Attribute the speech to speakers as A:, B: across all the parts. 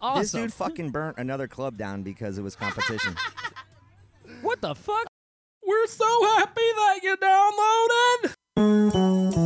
A: awesome.
B: This dude fucking burnt another club down because it was competition.
A: What the fuck? We're so happy that you downloaded.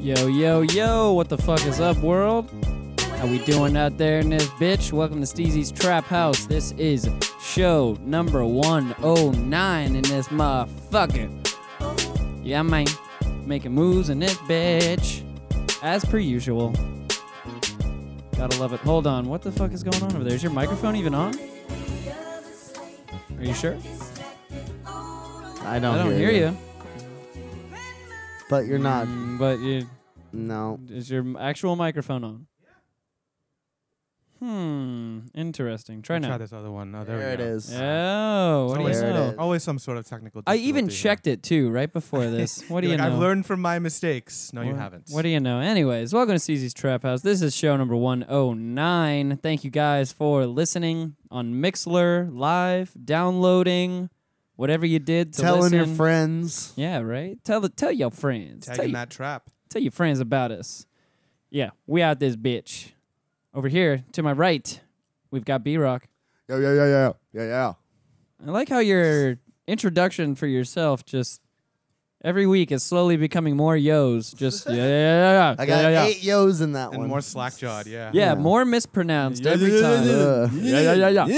A: Yo, yo, yo! What the fuck is up, world? How we doing out there in this bitch? Welcome to Steezy's Trap House. This is show number 109 in this motherfucker. Yeah, man. Making moves in this bitch. As per usual. Gotta love it. Hold on. What the fuck is going on over there? Is your microphone even on? Are you sure?
C: I don't,
A: I don't hear, you.
C: But you're not.
A: Mm, But you,
C: No.
A: is your m- actual microphone on? Hmm. Interesting. Try now.
D: Try this other one. Oh, there,
C: There
D: we
C: it
D: go.
C: is.
A: Oh, what do you
C: There it
A: know?
C: is.
D: Always some sort of technical.
A: I even
D: difficulty here.
A: checked it too right before this. What do
D: You're
A: you
D: like,
A: know?
D: I've learned from my mistakes. No, you
A: What-
D: haven't.
A: What do you know? Anyways, welcome to CZ's Trap House. This is show number 109. Thank you guys for listening on Mixler, live, downloading, whatever you did to
C: Telling your
A: listen.
C: friends.
A: Yeah, right? Tell the tell your friends. Tell,
D: tagging
A: your-
D: that trap?
A: tell your friends about us. Yeah, we out this bitch. Over here to my right, we've got B-Rock.
C: Yeah, yeah, yeah, yeah, yeah, yeah.
A: I like how your introduction for yourself just every week is slowly becoming more yo's. Just yeah, yeah, yeah, yeah.
C: I got
A: yeah, yeah, yeah.
C: eight yo's in that
D: And
C: one.
D: more slack jawed. Yeah.
A: Yeah,
C: Yeah.
A: more mispronounced every time.
C: Uh,
A: Yeah, yeah, yeah, yeah.
C: yeah.
A: Yeah,
C: I'm
A: yeah,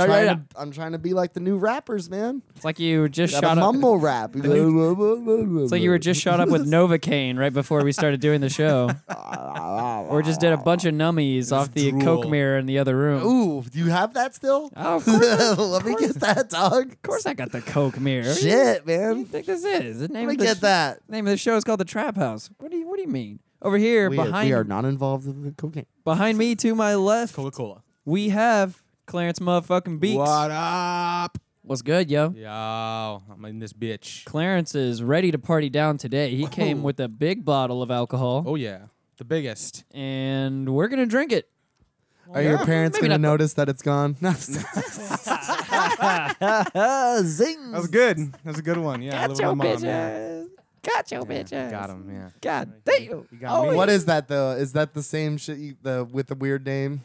A: yeah,
C: trying,
A: yeah.
C: to, I'm trying to be like the new rappers, man.
A: It's like you just
C: Got
A: shot
C: a
A: up.
C: mumble rap. it's
A: It's like you were just shot up with Novocaine right before we started doing the show, or just did a bunch of nummies off the
D: drool.
A: coke mirror in the other room.
C: Ooh, do you have that still?
A: Oh, of course, of
C: Let me get that, dog. Of
A: course I got the coke mirror.
C: Shit,
A: What do you
C: man.
A: think this is? The name of
C: Let me
A: the
C: get
A: sh-
C: that.
A: name of the show is called the Trap House. What do you What do you mean? Over here,
C: We are,
A: behind
C: we are not involved with the cocaine.
A: Behind me to my left,
D: Coca Cola.
A: we have Clarence motherfucking Beaks.
D: What up?
A: What's good, yo?
D: Yo, I'm in this bitch.
A: Clarence is ready to party down today. He came
D: Whoa.
A: with a big bottle of alcohol,
D: Oh yeah, the biggest.
A: and we're gonna drink it.
C: Are your parents
A: Maybe
C: going to
A: not
C: notice that it's gone? Zing.
D: That was good. That was a good one. Yeah, I live with my mom. Yeah.
A: bitches. Got your bitches.
D: Got him. Yeah.
A: God damn. Oh,
D: You got me.
C: What is that though? Is that the same shit you, the with the weird name?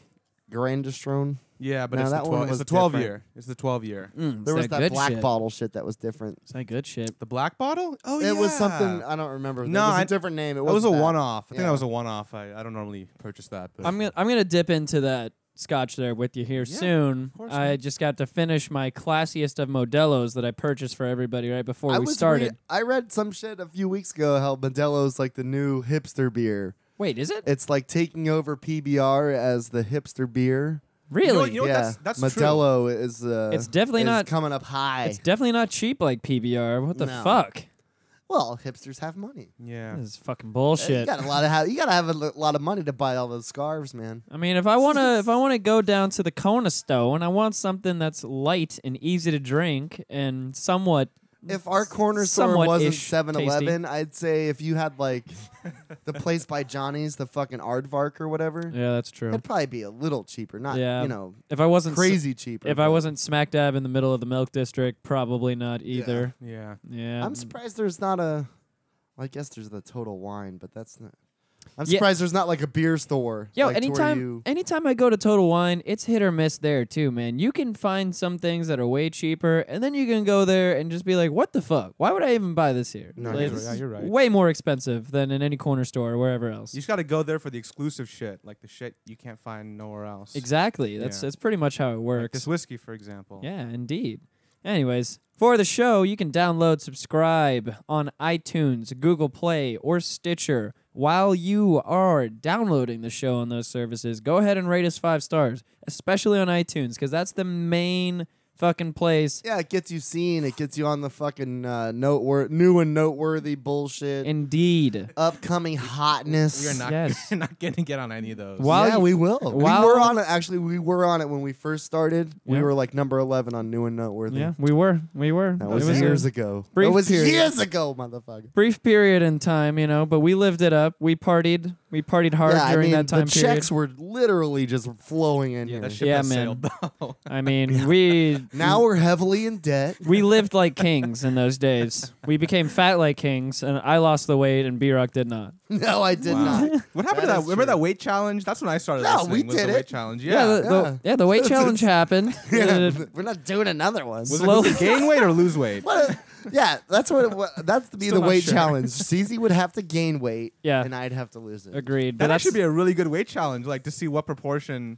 C: Grandistrone?
D: Yeah, but
C: No,
D: it's, the
C: that one
D: 12, it's
C: was
D: the 12
C: different.
D: year. It's the 12 year.
A: Mm,
C: There was
A: that,
C: that,
A: good
C: black
A: shit.
C: bottle shit that was different.
A: It's that good shit.
D: The black bottle? Oh yeah.
C: It was something I don't remember. it
D: No,
C: was a
D: I-
C: different name. It
D: That was a
C: wasn't
D: one off. I think
C: Yeah.
D: that was a one off. I, I don't normally purchase that. But
A: I'm gonna I'm gonna dip into that scotch there with you here soon.
D: course,
A: I just got to finish my classiest of Modelo's that I purchased for everybody right before
C: I
A: we
C: was
A: started.
C: re- I read some shit a few weeks ago how Modelo's like the new hipster beer.
A: Wait, is it
C: It's like taking over PBR as the hipster beer.
A: really?
D: You know what,
C: yeah,
D: that's- that's true.
C: Modelo is. Uh,
A: It's definitely
C: is
A: not-
C: coming up high.
A: It's definitely not cheap like PBR. What the
C: No.
A: fuck?
C: well, hipsters have money.
D: yeah.
A: This is fucking
C: You
A: bullshit.
C: got a lot of ha- you gotta have a l- lot of money to buy all those scarves, man.
A: I mean, if I wanna if I wanna go down to the Kona Stowe and I want something that's light and easy to drink and somewhat
C: If our corner store
A: Somewhat
C: wasn't
A: ish tasty.
C: 7-Eleven, I'd say if you had like the place by Johnny's, the fucking Aardvark or whatever,
A: yeah, that's true.
C: it'd probably be a little cheaper. Not
A: Yeah.
C: you know
A: If I wasn't s-
C: crazy cheaper.
A: if I
C: but-
A: wasn't smack dab in the middle of the Milk District, probably not either.
D: Yeah.
A: Yeah,
C: I'm surprised there's not a. Well, I guess there's the total wine, but that's not. I'm
A: Yeah.
C: surprised there's not like a beer store.
A: Yo,
C: like, to where
A: anytime
C: you-
A: anytime I go to Total Wine, it's hit or miss there too, man. You can find some things that are way cheaper, and then you can go there and just be like, "What the fuck? Why would I even buy this here?"
C: No,
A: Like,
C: you're
A: this
D: right,
A: is
D: you're right.
A: Way more expensive than in any corner store or wherever else.
D: You just got to go there for the exclusive shit, like the shit you can't find nowhere else.
A: exactly. That's
D: Yeah.
A: that's pretty much how it
D: Like
A: works.
D: this whiskey, for example.
A: Yeah, indeed. Anyways, for the show, you can download, subscribe on iTunes, Google Play, or Stitcher. While you are downloading the show on those services, go ahead and rate us five stars, especially on iTunes, because that's the main fucking place.
C: Yeah, it gets you seen. It gets you on the fucking uh, noteworthy, new and noteworthy bullshit.
A: Indeed.
C: upcoming hotness.
D: We are not
A: Yes.
D: not going to get on any of those.
A: Wow. While
C: yeah,
A: you-
C: we will.
A: while-
C: we were on it. Actually, we were on it when we first started. We
A: Yeah.
C: were like number eleven on new and noteworthy.
A: Yeah, we were. We were.
C: that was,
A: it was a
C: years ago.
A: brief
C: it was
A: period.
C: years ago, motherfucker.
A: brief period in time, you know, but we lived it up. We partied. We partied hard
C: yeah,
A: during
C: I mean,
A: that time
C: the
A: period.
C: checks were literally just flowing in
D: Yeah,
C: here.
D: that ship
A: Yeah,
D: has
A: man.
D: sailed, though.
A: I mean, we
C: now we're heavily in debt.
A: we lived like kings in those days. We became fat like kings, and I lost the weight, and B Rock did not.
C: No, I did
D: Wow.
C: not.
D: What happened
C: That
D: to that?
C: is
D: Remember
C: true.
D: that weight challenge? That's when I started.
C: No,
D: listening,
C: we
D: was
C: did
D: the
C: it.
D: Weight challenge. Yeah.
A: the, the, yeah, the weight challenge happened. It-
C: we're not doing another one.
D: was
A: slowly-
D: it to gain weight or lose weight?
C: What? Yeah, that's what. It, wa that's to be
D: Still
C: the
D: not
C: weight
D: sure.
C: challenge. CZ would have to gain weight.
A: Yeah.
C: and I'd have to lose it.
A: Agreed.
D: That
A: but
D: should
A: that's-
D: be a really good weight challenge, like to see what proportion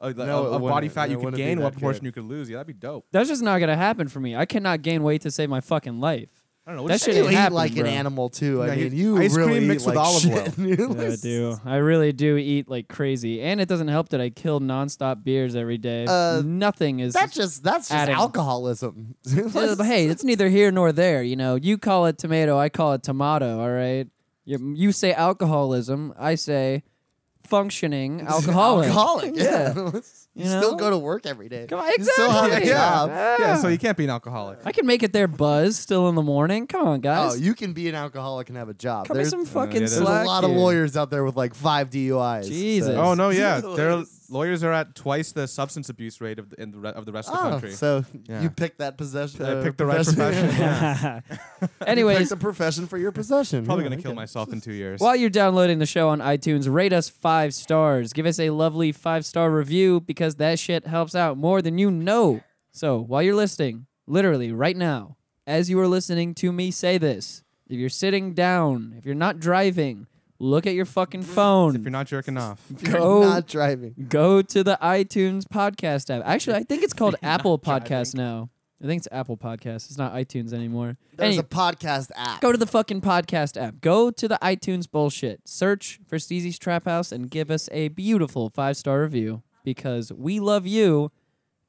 D: of, the-
C: No,
D: of-
C: it
D: of body
C: wouldn't.
D: fat
C: It
D: you could
C: wouldn't be
D: gain,
C: that
D: what proportion
C: good.
D: you could lose. Yeah, that'd be dope.
A: That's just not gonna happen for me. I cannot gain weight to save my fucking life.
D: I don't know.
A: That
D: what
A: shit
C: you
A: ain't
C: eat
A: happening,
C: like an
A: bro.
C: animal too.
D: Yeah,
C: I mean,
D: you-
C: you
D: ice cream
C: really eat
D: mixed with
C: like
D: olive
C: shit.
A: Yeah, I do. I really do eat like crazy, and it doesn't help that I kill nonstop beers every day.
C: Uh,
A: Nothing is
C: That's just that's just
A: Adding.
C: alcoholism.
A: Yeah, but hey, it's neither here nor there. You know, you call it tomato, I call it tomato. All right. You, you say alcoholism, I say functioning alcoholic.
C: alcoholic. Yeah, you,
A: You
C: still
A: know?
C: go to work every day.
A: Come on,
C: You still have a
A: exactly.
C: job.
D: yeah, so you can't be an alcoholic.
A: I can make it there, buzz, still in the morning. Come on, guys.
C: Oh, you can be an alcoholic and have a job.
A: Cut me
C: there's
A: some
C: there's
A: fucking
D: yeah, there's
C: a
A: slack.
C: lot of
A: here.
C: lawyers out there with like five DUIs. so-
A: Jesus.
D: Oh no, yeah, their lawyers are at twice the substance abuse rate of the, in the, re- of the rest of the
C: Oh,
D: country.
C: so
D: Yeah.
C: you picked that possession.
D: I
C: uh,
D: picked the right profession. Yeah.
C: Anyways,
A: Anyways,
C: a profession for your possession.
D: Probably
C: Yeah,
D: gonna kill
C: okay.
D: myself in two years.
A: While you're downloading the show on iTunes, rate us five stars. Give us a lovely five star review because that shit helps out more than you know. So while you're listening, literally right now, as you are listening to me say this, if you're sitting down, if you're not driving, look at your fucking
D: If you're
A: phone.
D: not jerking off,
C: You're
A: Go-
C: not driving.
A: Go to the iTunes podcast app. Actually, I think it's called Apple Podcast now. I think it's Apple Podcast. It's not iTunes anymore.
C: There's
A: Any-
C: a podcast app.
A: go to the fucking podcast app. Go to the iTunes bullshit. Search for Steezy's Trap House and give us a beautiful five star review because we love you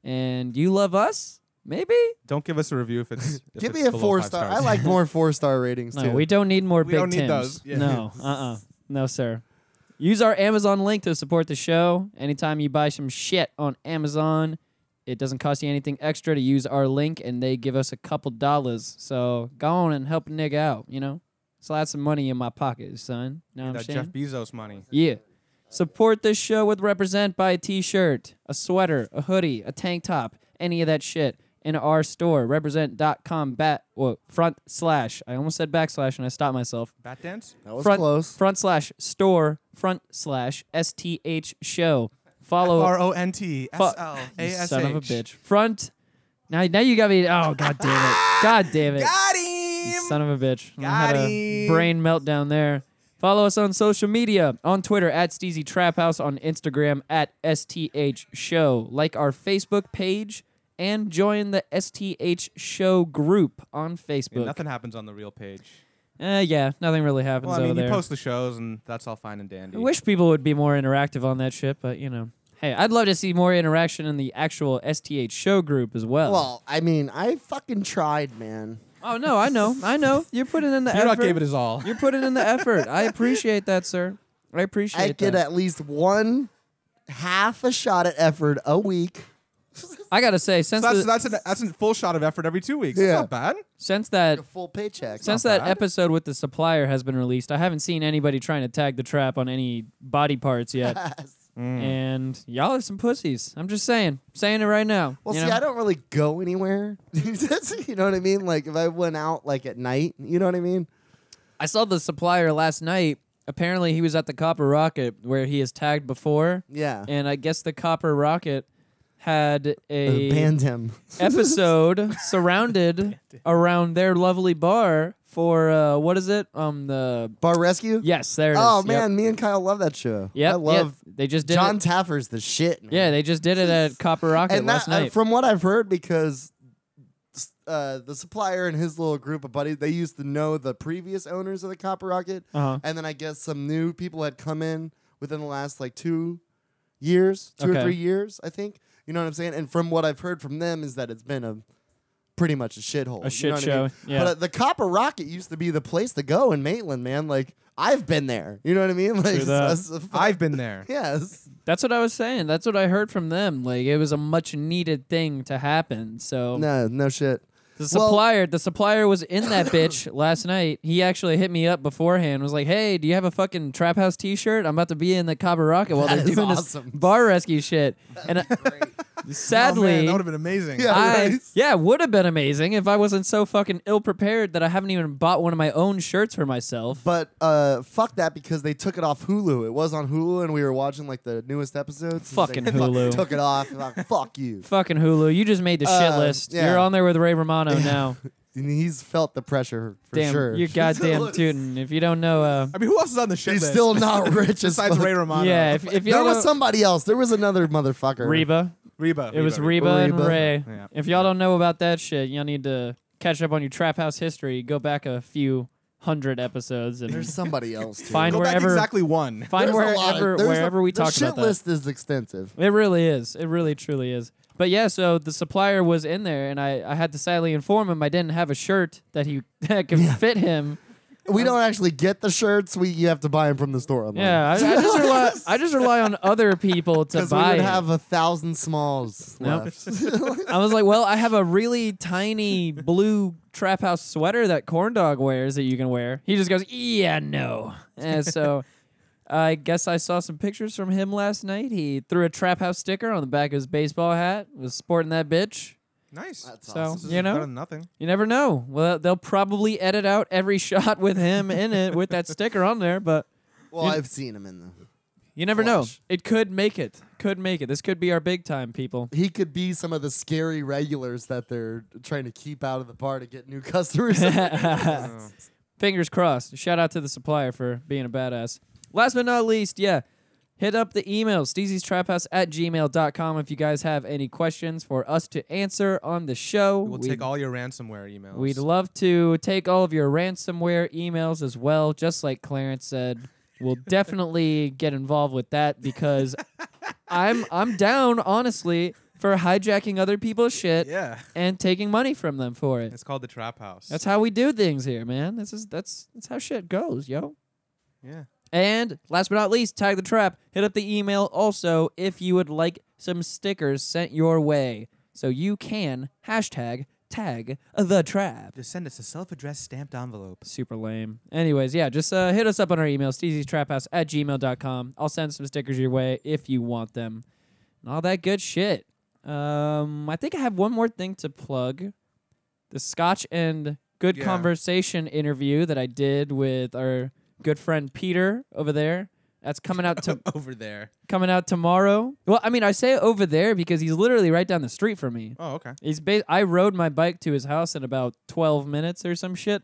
A: and you love us. Maybe?
D: don't give us a review if it's. if
C: Give
D: it's
C: me a
D: below
C: four
D: five
C: star.
D: stars.
C: I like more four star ratings
A: No,
C: too.
A: we don't need more
D: We
A: Big
D: don't need
A: Tims.
D: those. Yeah.
A: No, uh, uh no, sir. Use our Amazon link to support the show. Anytime you buy some shit on Amazon, it doesn't cost you anything extra to use our link, and they give us a couple dollars. So go on and help a nigga out. You know, slide some money in my pocket, son. Know what I'm
D: that
A: saying?
D: Jeff Bezos money.
A: Yeah. Support this show with Represent by a t shirt, a sweater, a hoodie, a tank top, any of that shit in our store, represent.com bat well, front slash. I almost said backslash and I stopped myself.
D: Bat dance.
C: that was
A: front
C: close.
A: front slash store front slash S T H show. Follow
D: R O N T S
A: Oh. Fuck.
D: L A
A: you
D: S H.
A: son of a bitch. Front now now you got me oh god damn it. God damn it.
D: Got
A: You
D: him.
A: son of a bitch. I
D: Got
A: had a
D: him.
A: brain meltdown there. Follow us on social media on Twitter at Steezy Trap House, on Instagram at STH Show. Like our Facebook page and join the STH Show group on
D: Yeah,
A: Facebook.
D: nothing happens on the real page.
A: Eh, yeah, nothing really happens
D: Well, I
A: over
D: mean,
A: there.
D: you post the shows, and that's all fine and dandy.
A: I wish people would be more interactive on that shit, but you know. Hey, I'd love to see more interaction in the actual STH Show group as well.
C: Well, I mean, I fucking tried, man.
A: oh no, I know, I know. You're putting in the
D: You're
A: effort.
D: not gave it his all.
A: You're putting in the effort. I appreciate that, sir. I appreciate
C: I get
A: that.
C: at least one half a shot at effort a week.
A: I gotta say, since
D: So that's
A: the-
D: that's an, that's a full shot of effort every two weeks.
C: Yeah.
D: That's not bad.
A: since that
C: A full paycheck.
A: since
D: not
A: that
D: bad.
A: episode with the supplier has been released, I haven't seen anybody trying to tag the trap on any body parts yet. Mm. and y'all are some pussies. I'm just saying, saying it right now.
C: Well,
A: you
C: see,
A: know?
C: I don't really go anywhere. That's- you know what I mean? Like if I went out like at night, you know what I mean?
A: I saw the supplier last night. Apparently, he was at the Copper Rocket where he is tagged before,
C: Yeah.
A: and I guess the Copper Rocket had a
C: Banned him.
A: episode surrounded around their lovely bar for uh, what is it? Um, the
C: Bar Rescue?
A: yes, there it is.
C: Oh
A: Yep.
C: man, me and Kyle love that show.
A: Yep,
C: I
A: yep.
C: love
A: They just did
C: John
A: it.
C: Taffer's the shit, man.
A: Yeah, they just did it at Copper Rocket
C: and
A: last
C: that, uh,
A: night.
C: from what I've heard, because uh, the supplier and his little group of buddies, they used to know the previous owners of the Copper Rocket,
A: Uh-huh.
C: and then I guess some new people had come in within the last like two years, two
A: Okay.
C: or three years, I think. You know what I'm saying? And from what I've heard from them is that it's been a pretty much a
A: A
C: shithole. you know
A: shit
C: what I mean?
A: show, yeah.
C: But uh, the Copper Rocket used to be the place to go in Maitland, man. Like I've been there. You know what I mean? Like
A: that.
D: I've been there.
C: yes.
A: That's what I was saying. That's what I heard from them. Like it was a much needed thing to happen. So
C: No, no shit.
A: the
C: Well-
A: supplier, the supplier was in that bitch last night. He actually hit me up beforehand. Was like, "Hey, do you have a fucking Trap House T-shirt? I'm about to be in the Copper Rocket while
C: That
A: they're
C: is
A: doing
C: awesome.
A: this bar rescue shit." And uh,
D: Oh, man,
A: sadly,
D: that would have been amazing.
C: Yeah.
A: I
C: Nice.
A: yeah, it would have been amazing if I wasn't so fucking ill prepared that I haven't even bought one of my own shirts for myself.
C: But uh, fuck that because they took it off Hulu. It was on Hulu, and we were watching like the newest episodes. and
A: Fucking
C: they
A: Hulu.
C: took it off. and I'm like, fuck you.
A: Fucking Hulu, you just made the shit
C: Uh,
A: list.
C: yeah.
A: You're on there with Ray Romano now.
C: And he's felt the pressure for
A: damn,
C: sure.
A: you're goddamn tootin'. If you don't know, uh,
D: I mean, who else is on the shit
C: He's
D: list
C: still not rich as
D: besides
C: fuck.
D: Ray Romano?
A: yeah, if, if
C: There
A: y'all
C: was
A: don't-
C: somebody else. There was another motherfucker.
A: Reba,
D: Reba.
A: it was Reba, and
C: Reba.
A: Ray.
D: Yeah.
A: If y'all don't know about that shit, y'all need to catch up on your Trap House history. Go back a few hundred episodes and
C: There's somebody else. Too.
A: Find-
D: Go back
A: wherever-
D: exactly one.
A: find
C: There's a lot
A: wherever
C: of- there's a-
A: wherever we
C: the
A: talk
C: shit
A: about that.
C: list is extensive.
A: It really is. It really truly is. But yeah, so the supplier was in there, and I, I had to sadly inform him I didn't have a shirt that he that could fit him.
C: We don't actually get the shirts. We you have to buy them from the store. Online.
A: Yeah, I, I just rely I just rely on other people to
C: because we
A: buy.
C: would
A: it.
C: have a thousand smalls
A: Nope.
C: left.
A: I was like, well, I have a really tiny blue trap house sweater that corn dog wears that you can wear. He just goes, yeah, no. And so. I guess I saw some pictures from him last night. He threw a trap house sticker on the back of his baseball hat. Was sporting that bitch.
D: Nice.
C: That's
A: So
D: This is
A: you know,
D: better than nothing.
A: You never know. Well, they'll probably edit out every shot with him in it with that sticker on there, but
C: Well, I've seen him in the.
A: you never
C: Flush.
A: know. It could make it. Could make it. This could be our big time, people.
C: He could be some of the scary regulars that they're trying to keep out of the bar to get new customers.
A: Fingers crossed. Shout out to the supplier for being a badass. Last but not least, yeah, hit up the email, steezystraphouse at gmail.com if you guys have any questions for us to answer on the show.
D: We'll
A: We-
D: take all your ransomware emails.
A: We'd love to take all of your ransomware emails as well, just like Clarence said. We'll definitely get involved with that because I'm I'm down honestly for hijacking other people's shit
D: Yeah.
A: and taking money from them for it.
D: It's called the Trap House.
A: That's how we do things here, man. This is that's that's how shit goes, yo.
D: yeah.
A: And last but not least, tag the trap. Hit up the email also if you would like some stickers sent your way. So you can hashtag tag the trap.
D: Just send us a self-addressed stamped envelope.
A: Super lame. Anyways, yeah, just uh, hit us up on our email, steezystraphouse at gmail.com. I'll send some stickers your way if you want them. And all that good shit. Um, I think I have one more thing to plug. The Scotch and Good
D: Yeah.
A: Conversation interview that I did with our good friend Peter over there. That's coming out to
D: Over there.
A: coming out tomorrow. Well, I mean, I say over there because he's literally right down the street from me.
D: Oh, okay.
A: He's ba- I rode my bike to his house in about 12 minutes or some shit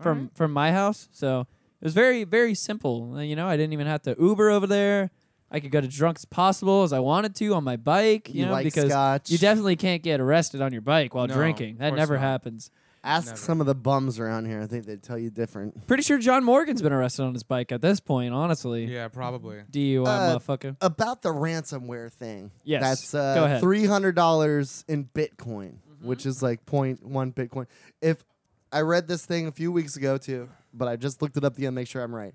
A: from from my house. So it was very very simple. Uh, You know, I didn't even have to Uber over there. I could go to drunk as possible as I wanted to on my bike. You,
C: You
A: know,
C: like
A: because
C: scotch?
A: you definitely can't get arrested on your bike while
D: No,
A: drinking.
D: of
A: That
D: course
A: never
D: not.
A: happens.
C: Ask
D: Never.
C: some of the bums around here. I think they'd tell you different.
A: Pretty sure John Morgan's been arrested on his bike at this point. Honestly,
D: Yeah, probably.
A: DUI
C: Uh,
A: motherfucker.
C: About the ransomware thing.
A: Yes.
C: That's
A: Go
C: uh,
A: ahead.
C: $300 in Bitcoin, which is like 0.1 Bitcoin. If I read this thing a few weeks ago too, but I just looked it up to make sure I'm right.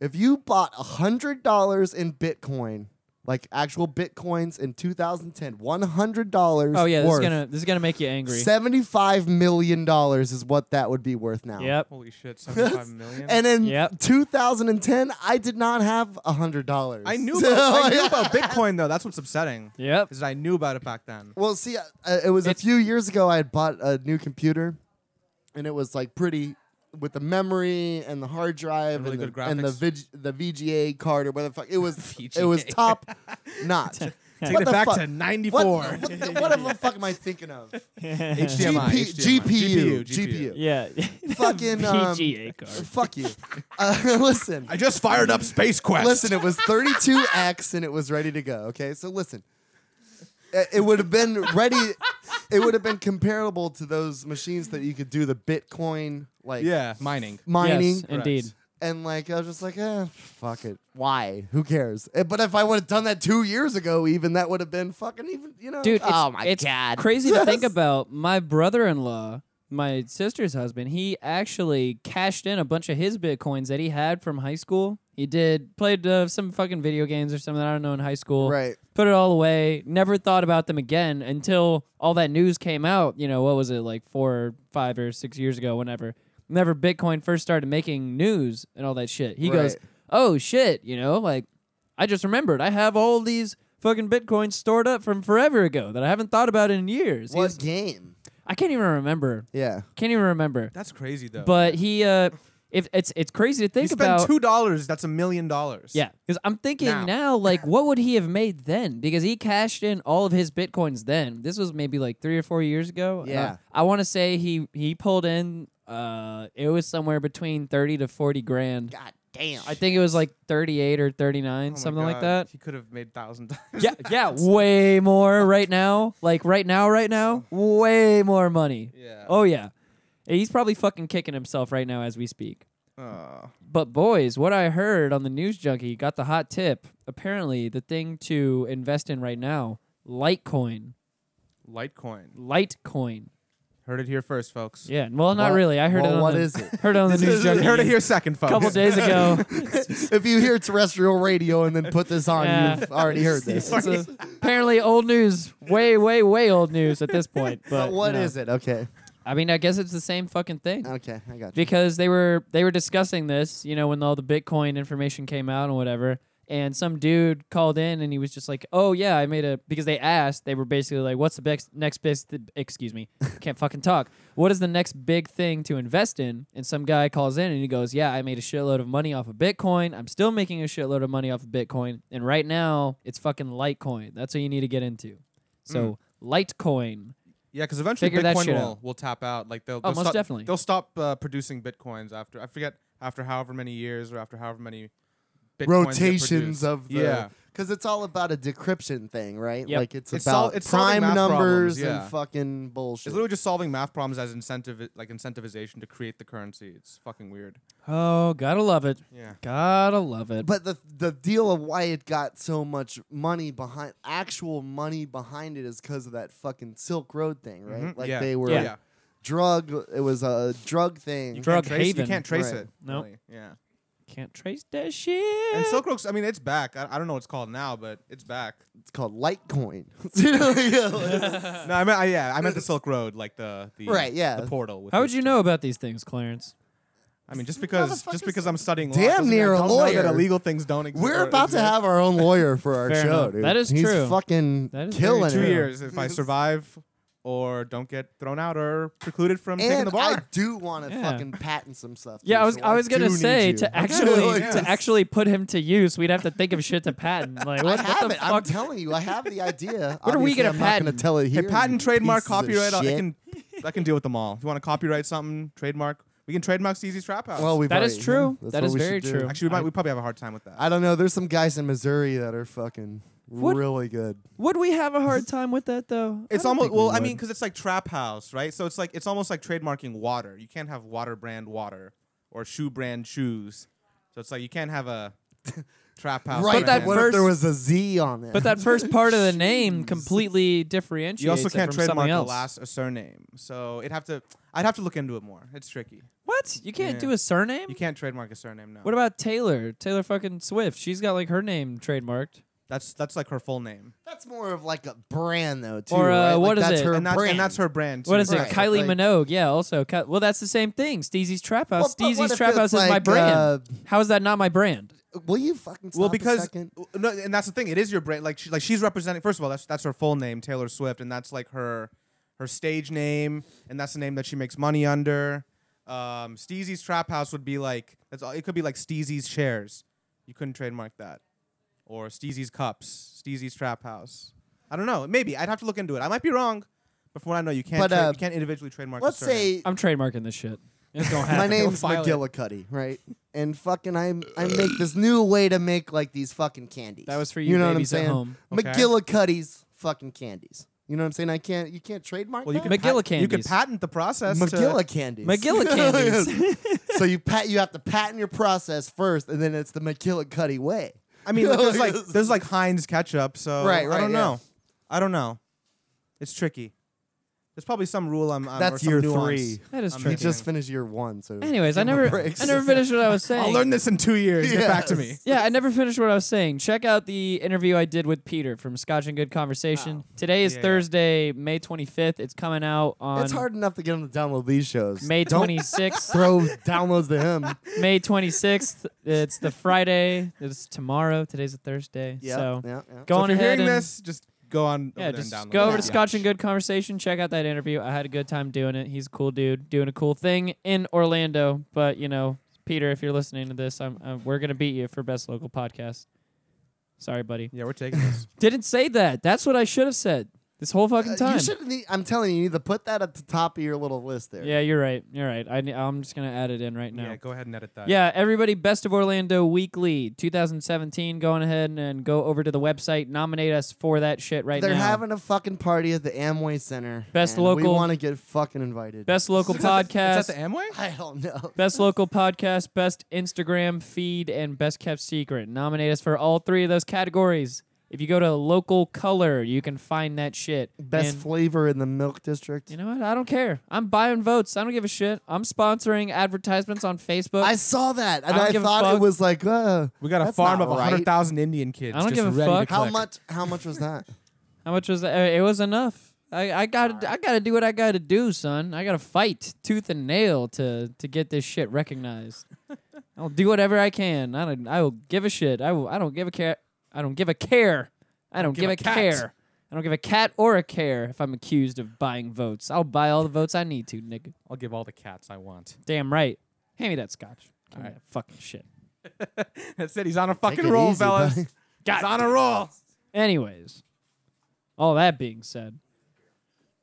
C: If you bought $100 in Bitcoin, like actual Bitcoins in 2010, $100
A: Oh yeah, this is
C: worth,
A: gonna this is gonna make you angry.
C: $75 million is what that would be worth now.
A: Yep.
D: Holy shit, 75 million.
C: And in
A: Yep.
C: 2010, I did not have hundred dollars.
D: I knew about, I knew about Bitcoin though. That's what's upsetting.
A: Yep.
D: Is that I knew about it back then.
C: Well, see, uh, uh, it was
A: It's-
C: a few years ago. I had bought a new computer, and it was like pretty with the memory and the hard drive
D: really
C: and,
D: good
C: the, and the, VG,
D: graphics.
C: the VGA card or whatever the fuck. It was it was
D: VGA.
C: top notch.
D: Take
C: What
D: it
C: the
D: back
C: fuck?
D: to
C: What,
D: 94.
C: what, the, what the fuck am I thinking of?
D: HDMI,
C: GP, GPU,
D: GPU, GPU.
A: Yeah.
C: Fucking um,
A: PGA card.
C: Fuck you. Uh, listen,
D: I just fired up Space Quest.
C: Listen, it was 32x and it was ready to go. Okay, so listen, I- it would have been ready. It would have been comparable to those machines that you could do the Bitcoin like
D: Yeah, mining.
C: mining.
A: Yes, indeed.
C: And like I was just like, eh, fuck it. Why? Who cares? Eh, But if I would have done that two years ago, even that would have been fucking even. You know,
A: dude. It's,
C: oh my
A: it's
C: god,
A: crazy to think
C: Yes.
A: about. My brother-in-law, my sister's husband, he actually cashed in a bunch of his bitcoins that he had from high school. He did played uh, some fucking video games or something I don't know in high school.
C: Right.
A: Put it all away. Never thought about them again until all that news came out. You know what was it like four, or five, or six years ago? Whenever, whenever Bitcoin first started making news and all that shit. He goes,
C: Right.
A: "Oh shit!" You know, like I just remembered I have all these fucking bitcoins stored up from forever ago that I haven't thought about in years.
C: What
A: He's-
C: game?
A: I can't even remember.
C: Yeah.
A: Can't even remember.
D: That's crazy though.
A: But he, uh, if it's it's crazy to
D: you
A: think
D: spend
A: about.
D: two dollars, that's a million dollars.
A: yeah, because I'm thinking now.
D: Now.
A: like, what would he have made then? Because he cashed in all of his bitcoins then. This was maybe like three or four years ago. and I-
C: Yeah.
A: I want to say he he pulled in. Uh, it was somewhere between thirty to forty grand.
C: God damn.
A: I think it was like thirty-eight or thirty-nine,
D: Oh my
A: something like
D: God,
A: that.
D: He could have made thousand dollars.
A: yeah, yeah, way more right now. Like right now, right now, way more money.
D: Yeah.
A: Oh yeah, he's probably fucking kicking himself right now as we speak.
D: Oh.
A: But boys, what I heard on the news junkie got the hot tip. Apparently, the thing to invest in right now, Litecoin.
D: Litecoin.
A: Litecoin.
D: Heard it here first, folks.
A: Yeah. Well, not
C: Well-
A: really. I heard it
C: well,
A: on
C: what
A: the,
C: is it?
A: Heard it on the news junkie.
D: Heard it
A: a
D: here second, folks.
A: couple days ago.
C: if you hear terrestrial radio and then put this on,
A: Yeah.
C: Oh, you've already heard this.
A: It's a- apparently, old news. Way, way, way old news at this point. But
C: But what is
A: you know.
C: it? Okay.
A: I mean, I guess it's the same fucking thing.
C: Okay, I got you.
A: because they were they were discussing this, you know, when all the Bitcoin information came out and whatever. And some dude called in and he was just like, "Oh yeah, I made a." Because they asked, they were basically like, "What's the bex- next big?" Th- excuse me, can't fucking talk. What is the next big thing to invest in? And some guy calls in and he goes, "Yeah, I made a shitload of money off of Bitcoin. I'm still making a shitload of money off of Bitcoin, and right now it's fucking Litecoin. That's what you need to get into. So Litecoin,
D: Yeah, because eventually
A: Figure that
D: Bitcoin
A: shit
D: will,
A: out.
D: will tap out. Like they'll,
A: Oh,
D: they'll
A: most
D: stop,
A: definitely.
D: They'll stop uh, producing bitcoins after I forget after however many years or after however many bitcoins get
C: rotations
D: produced.
C: of the
D: yeah.
C: because it's all about a decryption thing, right?
A: Yep.
C: Like it's,
D: It's sol-
C: about
D: it's solving
C: prime
D: math
C: numbers
D: problems, yeah.
C: and fucking bullshit.
D: It's literally just solving math problems as incentive, like incentivization to create the currency. It's fucking weird.
A: oh, gotta love it,
D: Yeah.
A: gotta love it.
C: but the the deal of why it got so much money behind actual money behind it is because of that fucking Silk Road thing, right?
D: Mhm.
C: Like
D: Yeah.
C: they were
A: Yeah.
D: Yeah.
C: drug. It was a drug thing.
D: You
A: Drug
D: can't trace,
A: haven.
D: You can't trace
C: Right.
D: it.
A: Nope.
D: really. Yeah.
A: Can't trace that shit.
D: And Silk Road's, I mean, it's back. I, I don't know what it's called now, but it's back.
C: it's called Litecoin. You know, yeah, like-
D: No, I meant, I, yeah, I meant the Silk Road, like the, the
C: Right, yeah.
D: the portal. with
A: How would
D: which-
A: you know about these things, Clarence?
D: I mean, just because just because I'm studying law,
C: Damn
D: doesn't mean
C: near a
D: I don't know that
C: lawyer.
D: illegal things don't exi-
C: We're
D: or
C: about to
D: exist.
C: have our own lawyer for our
A: Fair
C: show,
A: enough.
C: dude.
A: That is
C: He's
A: true.
C: fucking
A: That is very
C: killing
D: two
A: true.
C: it.
D: years if I survive or don't get thrown out or precluded from taking
C: And
D: the
C: I
D: bar.
C: do want to
A: Yeah.
C: fucking patent some stuff.
A: Yeah,
C: dude,
A: I was
C: so
A: I was
C: do
A: gonna
C: need
A: say
C: you.
A: to
C: I do,
A: actually
C: like,
A: to actually put him to use, we'd have to think of shit to patent. Like what,
C: I
A: what
C: have
A: the
C: it. I'm
A: fuck?
C: telling you, I have the idea.
A: What are we
C: Obviously,
A: gonna
C: I'm not gonna
A: patent?
C: tell it
D: Hey,
C: here. you
D: patent, trademark,
C: pieces of
D: copyright, I
C: shit.
D: can I can deal with them all. If you want to copyright something, trademark, we can trademark CZ's Trap House.
C: Well, we've
A: That is
C: already-
A: true.
C: That's
A: That
C: what
A: is
C: we should
A: very
C: do.
A: true.
D: actually, we might
A: I-
D: we probably have a hard time with that.
C: I don't know. There's some guys in Missouri that are fucking
A: What-
C: really good.
A: Would we have a hard time with that though?
D: it's
A: I don't
D: almost
A: think
D: well,
A: we
D: I
A: would.
D: mean, because it's like Trap House, right? So it's like it's almost like trademarking water. You can't have water brand water or shoe brand shoes. So it's like you can't have a Trap House.
A: But that
D: brand.
C: What if
A: first-
C: there was a Z on it?
A: but that first part of the name completely differentiates
D: you also can't
A: it from something
D: trademark the
A: else.
D: last a surname. So it'd have to. I'd have to look into it more. It's tricky.
A: what? You can't
D: Yeah.
A: do a surname?
D: You can't trademark a surname now.
A: What about Taylor? Taylor fucking Swift. She's got like her name trademarked.
D: That's that's like her full name,
C: that's more of like a brand though, too.
A: Or, uh,
C: right? Like,
A: what is
C: that's
A: it?
C: Her
D: and that's,
C: brand.
D: and that's her brand. Too.
A: What is
C: Right,
A: it? Kylie
C: like-
A: Minogue. Yeah, also. Ki- well, that's the same thing. Steezy's Trap House.
C: Well, but what
A: Steezy's
C: if
A: Trap
C: it's
A: House is my
C: like,
A: brand.
C: uh,
A: How is that not my brand?
C: Will you fucking stop
D: Well,
C: a
D: because
C: second?
D: w- no, and that's the thing. It is your brand. Like she, like she's representing. First of all, that's that's her full name, Taylor Swift, and that's like her her stage name, and that's the name that she makes money under. Um, Steezy's Trap House would be like that's all. It could be like Steezy's Chairs. You couldn't trademark that, or Steezy's Cups, Steezy's Trap House. I don't know. Maybe I'd have to look into it. I might be wrong, but from what I know, you can't
C: But,
D: tra-
C: uh,
D: you can't individually trademark. a
C: Let's
D: surname.
C: say
A: I'm trademarking this shit. It's gonna happen.
C: my
A: They'll
C: name's
A: file it.
C: McGillicuddy, right? And fucking, I I make this new way to make like these fucking candies.
A: That was for you
C: You know what I'm
A: babies at
C: saying?
A: home.
D: Okay.
C: McGillicuddy's fucking candies. You know what I'm saying? I can't. You can't trademark.
D: Well, you can
C: that?
A: McGilla
D: pat- You can
A: candies.
D: patent the process. to-
C: Magilla candies.
A: Magilla candies.
C: so you pat. You have to patent your process first, and then it's the McGillicuddy way.
D: I mean, like, there's like
C: Yes.
D: there's like Heinz ketchup. So
C: Right,
D: I
C: right,
D: don't
C: yeah.
D: know. I don't know. It's tricky. There's probably some rule I'm. I'm or
C: That's
D: some
C: year
D: nuance.
C: three.
A: that is
D: I'm
C: He
A: true.
D: making-
C: just finished year one, so
A: Anyways, I
C: give him a
A: never,
C: break.
A: I never finished what I was saying.
D: I'll learn this in two years. Get back to me.
C: Yes.
A: Yeah, I never finished what I was saying. Check out the interview I did with Peter from Scotch and Good Conversation. Today is
D: Yeah, yeah.
A: Thursday, May 25th. It's coming out on
C: It's hard enough to get him to download these shows.
A: May
C: Don't
A: 26th.
C: throw downloads to him.
A: May 26th. It's the Friday. It's tomorrow. Today's a Thursday.
C: Yeah,
A: so
C: yeah, Uh, yeah.
A: go
D: So
A: on
D: if you're
A: ahead
D: hearing
A: and
D: this, just go on.
A: yeah,
D: over there and
A: just
D: download
A: go
D: it.
A: over to
D: Yeah.
A: Scotch and Good Conversation. Check out that interview. I had a good time doing it. He's a cool dude, doing a cool thing in Orlando. But you know, Peter, if you're listening to this, I'm, i we're gonna beat you for best local podcast. Sorry, buddy.
D: Yeah, we're taking this.
A: Didn't say that. That's what I should have said this whole fucking
C: Uh,
A: time.
C: You should. Need, I'm telling you, you need to put that at the top of your little list there.
A: yeah, you're right. You're right. I, ne- I'm just gonna add it in right now.
D: Yeah, go ahead and edit that.
A: Yeah, everybody, Best of Orlando Weekly 2017. Go on ahead and go over to the website. Nominate us for that shit right
C: They're
A: now.
C: having a fucking party at the Amway Center.
A: Best
C: and We
A: local-
C: want to get fucking invited.
A: best local
D: Is that the-
A: podcast.
D: Is that the Amway?
C: I don't know.
A: Best local podcast, best Instagram feed, and best kept secret. Nominate us for all three of those categories. If you go to local color, you can find that shit.
C: Best
A: And
C: flavor in the Milk District.
A: you know what? I don't care. I'm buying votes. I don't give a shit. I'm sponsoring advertisements on Facebook.
C: I saw that, and
A: I don't
C: I,
A: give a
C: thought
A: fuck.
C: it was like, uh,
D: We got a
C: that's
D: farm
C: not
D: of a
C: right.
D: hundred thousand Indian kids.
A: I don't
D: just
A: give a
D: ready to
A: fuck.
C: How
D: click.
C: much? How much was that?
A: How much was that? It was enough. I, I got to I got to do what I got to do, son. I got to fight tooth and nail to to get this shit recognized. I'll do whatever I can. I don't I will give a shit. I will, I don't give a care. I don't give a care. I don't give, a,
D: cat.
A: care. I don't give a cat or a care if I'm accused of buying votes. I'll buy all the votes I need to, nigga.
D: I'll give all the cats I want.
A: Damn right. Hand me that scotch. Give me that fucking shit.
D: That said, he's on a fucking
C: it
D: roll,
C: easy,
D: fellas.
C: buddy.
D: He's on a
A: Uh,
D: roll.
A: Anyways, all that being said,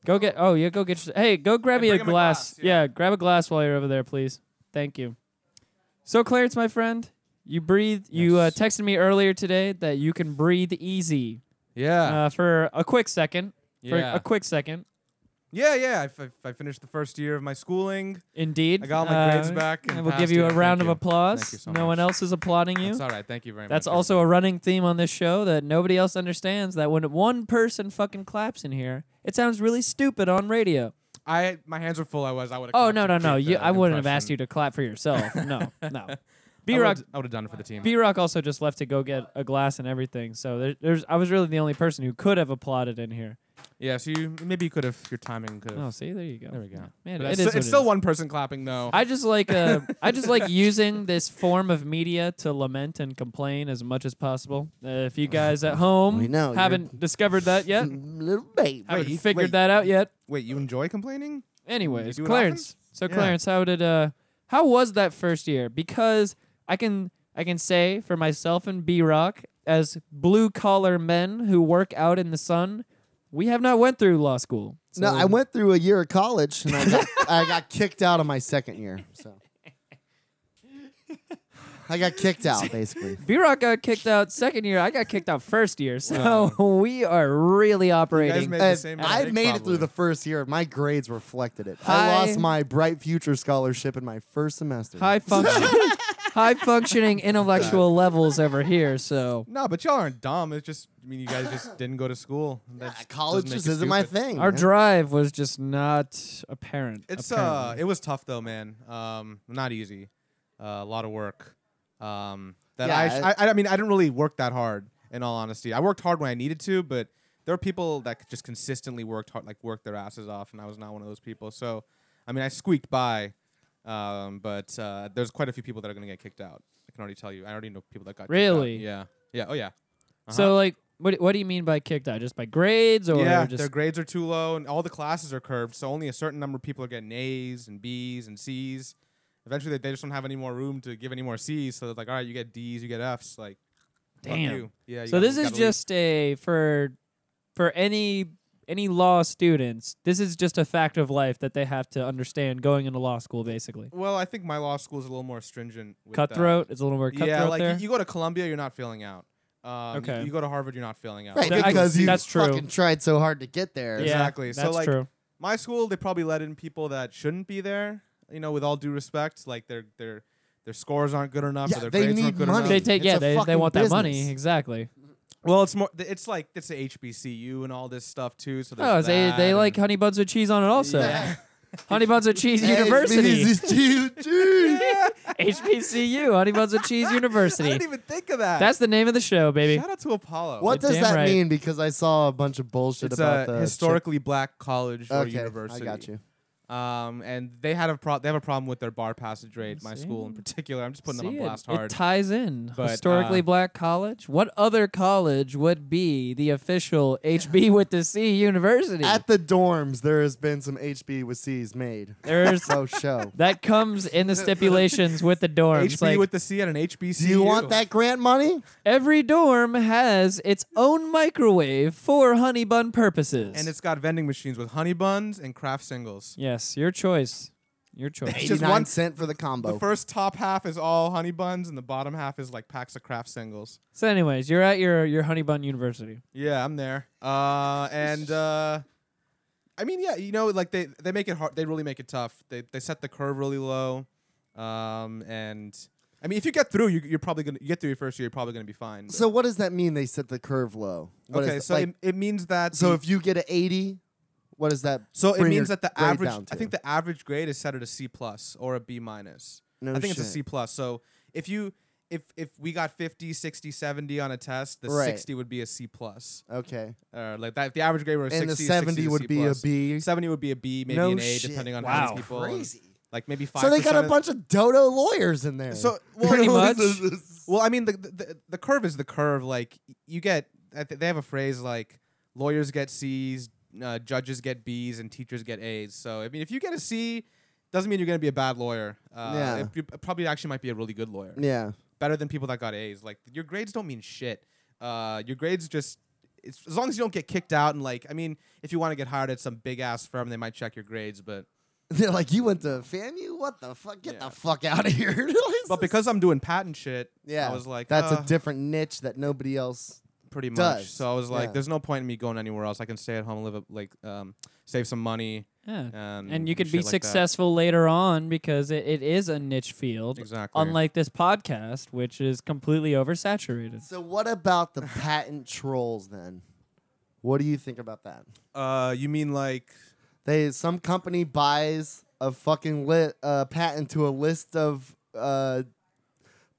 A: go get. Oh yeah, go get. Your, hey, go grab
D: And
A: me a
D: bring him a
A: glass.
D: glass,
A: yeah.
D: yeah.
A: grab a glass while you're over there, please. Thank you. So Clarence, my friend, you breathe. You uh,
D: Yes.
A: texted me earlier today that you can breathe easy
D: Yeah.
A: uh, for a quick second.
D: Ah. Yeah.
A: For a quick second,
D: yeah, yeah. I, f- I finished the first year of my schooling.
A: indeed.
D: I got all my grades
A: Uh,
D: back and
A: And we'll
D: passed
A: give you
D: it.
A: a
D: Thank
A: round of
D: you.
A: applause.
D: Thank you so
A: no one
D: much.
A: else is applauding you.
D: That's all right. Thank you very
A: That's
D: much.
A: also a running theme on this show that nobody else understands that when one person fucking claps in here, it sounds really stupid on radio.
D: I my hands were full. I was. I would.
A: Oh no, no, no. You, I wouldn't have asked you to clap for yourself. No, no. B Rock
D: I would have done it for the team.
A: B Rock also just left to go get a glass and everything. So there, there's I was really the only person who could have applauded in here.
D: yeah. So you maybe you could have your timing could have.
A: Oh, see, there you go.
D: there we go.
A: Man,
D: But
A: it
D: it's
A: is
D: sti-
A: what
D: it's
A: it
D: still
A: is.
D: one person clapping though.
A: I just like uh, I just like using this form of media to lament and complain as much as possible. Uh, if you guys at home
C: We know, you're-
A: haven't discovered that yet,
C: Little baby.
A: haven't
D: you-
A: figured
D: wait.
A: that out yet.
D: Wait, you enjoy complaining?
A: Anyways,
D: do it
A: Clarence. So
D: Yeah.
A: Clarence, how did uh how was that first year? Because I can I can say for myself and B Rock as blue collar men who work out in the sun, we have not went through law school. So
C: No, I went through a year of college, and I got, I got kicked out of my second year. So I got kicked out basically.
A: B Rock got kicked out second year. I got kicked out first year. So we are really operating.
D: Uh, made- the
C: And
D: same
C: I
D: mistake,
C: made it
D: probably.
C: through the first year. My grades reflected it.
A: Hi.
C: I lost my Bright Future scholarship in my first semester.
A: high function high functioning intellectual levels over here. So
D: No, but y'all aren't dumb. It's just I mean you guys just didn't go to school. That just
C: College
D: doesn't make
C: just
D: you
C: isn't my
D: stupid.
C: thing.
A: our
C: man.
A: drive was just not apparent.
D: It's
A: apparently.
D: uh, it was tough though, man. Um, not easy. Uh, a lot of work. Um, that I,
C: Yeah,
D: I, I, mean, I didn't really work that hard. In all honesty, I worked hard when I needed to, but there were people that could just consistently worked hard, like worked their asses off, and I was not one of those people. So, I mean, I squeaked by. Um, but uh, there's quite a few people that are gonna get kicked out. I can already tell you. I already know people that got kicked out.
A: Really?
D: Yeah. Yeah. Oh yeah.
A: So like, what what do you mean by kicked out? Just by grades or
D: yeah,
A: just
D: their grades are too low, and all the classes are curved, so only a certain number of people are getting A's and B's and C's. Eventually, they- they just don't have any more room to give any more C's, so it's like, all right, you get D's, you get F's, like, fuck
A: Damn.
D: you. Yeah. you
A: So
D: gotta-
A: this
D: you
A: is
D: gotta leave.
A: just a for for any any law students. This is just a fact of life that they have to understand going into law school. Basically,
D: Well, I think my law school is a little more stringent. With that.
A: cutthroat. It's a little more cutthroat
D: yeah, like
A: there.
D: You, you go to Columbia, you're not failing out. Um,
E: Okay.
D: You, you go to Harvard, you're not failing out.
C: Right,
E: That- I-
C: because you
E: that's true.
C: fucking tried so hard to get there.
D: Yeah. Exactly. So,
E: That's
D: like-
E: true.
D: my school they probably let in people that shouldn't be there you know with all due respect like their their their scores aren't good enough
C: Yeah,
D: or their
C: they
D: grades aren't
C: need
D: good
C: money.
D: enough
A: They take
C: It's
A: yeah,
C: a
A: they, they
C: fucking
A: want that money
C: business.
A: exactly.
D: well it's more it's like it's the hbcu and all this stuff too so
A: Oh,
D: there's
A: they
D: that
A: they
D: and-
A: like honey buns with cheese on it also.
C: Yeah.
A: honey buns with cheese
C: Hey,
A: university.
C: this is huge.
A: HBCU, honey buns with cheese
D: i
A: university.
D: didn't even think of that
A: That's the name of the show, baby.
D: shout out to apollo
C: What
A: You're
C: does
A: damn
C: that
A: right.
C: mean? Because I saw a bunch of bullshit
D: it's
C: about
D: a
C: the
D: historically black college
C: chick- okay,
D: or university
C: I got you.
D: um and they had a pro- they have a problem with their bar passage rate my school in
A: See?
D: particular i'm just putting them
A: See,
D: on
A: it-
D: blast
A: it,
D: hard
A: ties in.
D: But,
A: Historically
D: uh,
A: black college. What other college would be the official HB with the C university?
C: At the dorms, there has been some HB with C's made.
A: There's
C: No show.
A: that comes in the stipulations with the dorms.
D: hb
A: like
D: with the c at an hbcu
C: Do you want that grant money?
A: every dorm has its own microwave for honey bun purposes.
D: and it's got vending machines with honey buns and craft singles
A: yes, your choice. Your choice.
D: Just
C: Eighty-nine cent
D: one-
C: for the combo.
D: The first top half is all honey buns, and the bottom half is like packs of craft singles.
A: so, anyways, you're at your your honey bun university.
D: Yeah, I'm there. Uh, and uh, I mean, yeah, you know, like they they make it hard. They really make it tough. They they set the curve really low. Um, and I mean, if you get through, you, you're probably gonna you get through your first year. You're probably gonna be fine.
C: so what does that mean? They set the curve low. What is
D: okay,
C: that-
D: so
C: like,
D: it, it means that
C: so
D: the-
C: if you get an eighty, what does that?
D: so it
C: bring
D: means
C: your
D: that the
C: grade
D: average
C: down
D: I think
C: to?
D: the average grade is set at a C plus or a B minus.
C: No
D: I think it's a
C: shit.
D: C plus. So if you if if we got 50, 60, 70 on a test, the
C: Right.
D: 60 would be a C plus.
C: okay,
D: Or like that if the average grade were a
C: and
D: 60,
C: the
D: 60
C: seventy
D: is a
C: would
D: C
C: be
D: plus.
C: a B.
D: 70 would be a B, maybe
C: No
D: an A
C: shit.
D: depending on how
A: Wow.
D: many people. and,
C: Crazy.
D: Like maybe 5
C: So they got a
D: of-
C: bunch of dodo lawyers in there.
D: So well,
A: Pretty much.
D: well, I mean the, the the curve is the curve like you get I thi- they have a phrase like lawyers get C's, uh, judges get B's and teachers get A's. So I mean if you get a C doesn't mean you're going to be a bad lawyer. Uh,
C: Yeah.
D: it- you probably actually might be a really good lawyer
C: yeah,
D: better than people that got A's. Like your grades don't mean shit. Uh, your grades just it's, as long as you don't get kicked out and like I mean, if you want to get hired at some big ass firm, they might check your grades. But
C: they're like, you went to FAMU? What the fuck? Get
D: Yeah.
C: the fuck out of here! Like,
D: but because I'm doing patent shit,
C: yeah,
D: I was like
C: that's
D: "Uh,
C: a different niche that nobody else.
D: pretty much.
C: does.
D: So I was like,
C: Yeah.
D: there's no point in me going anywhere else. I can stay at home, live a, like um, save some money,
A: Yeah.
D: and
A: and you could
D: shit
A: be
D: like that.
A: successful later on because it, it is a niche field
D: Exactly.
A: unlike this podcast which is completely oversaturated
C: So what about the patent trolls then? What do you think about that?
D: Uh, you mean like
C: They some company buys a fucking lit uh, patent to a list of uh,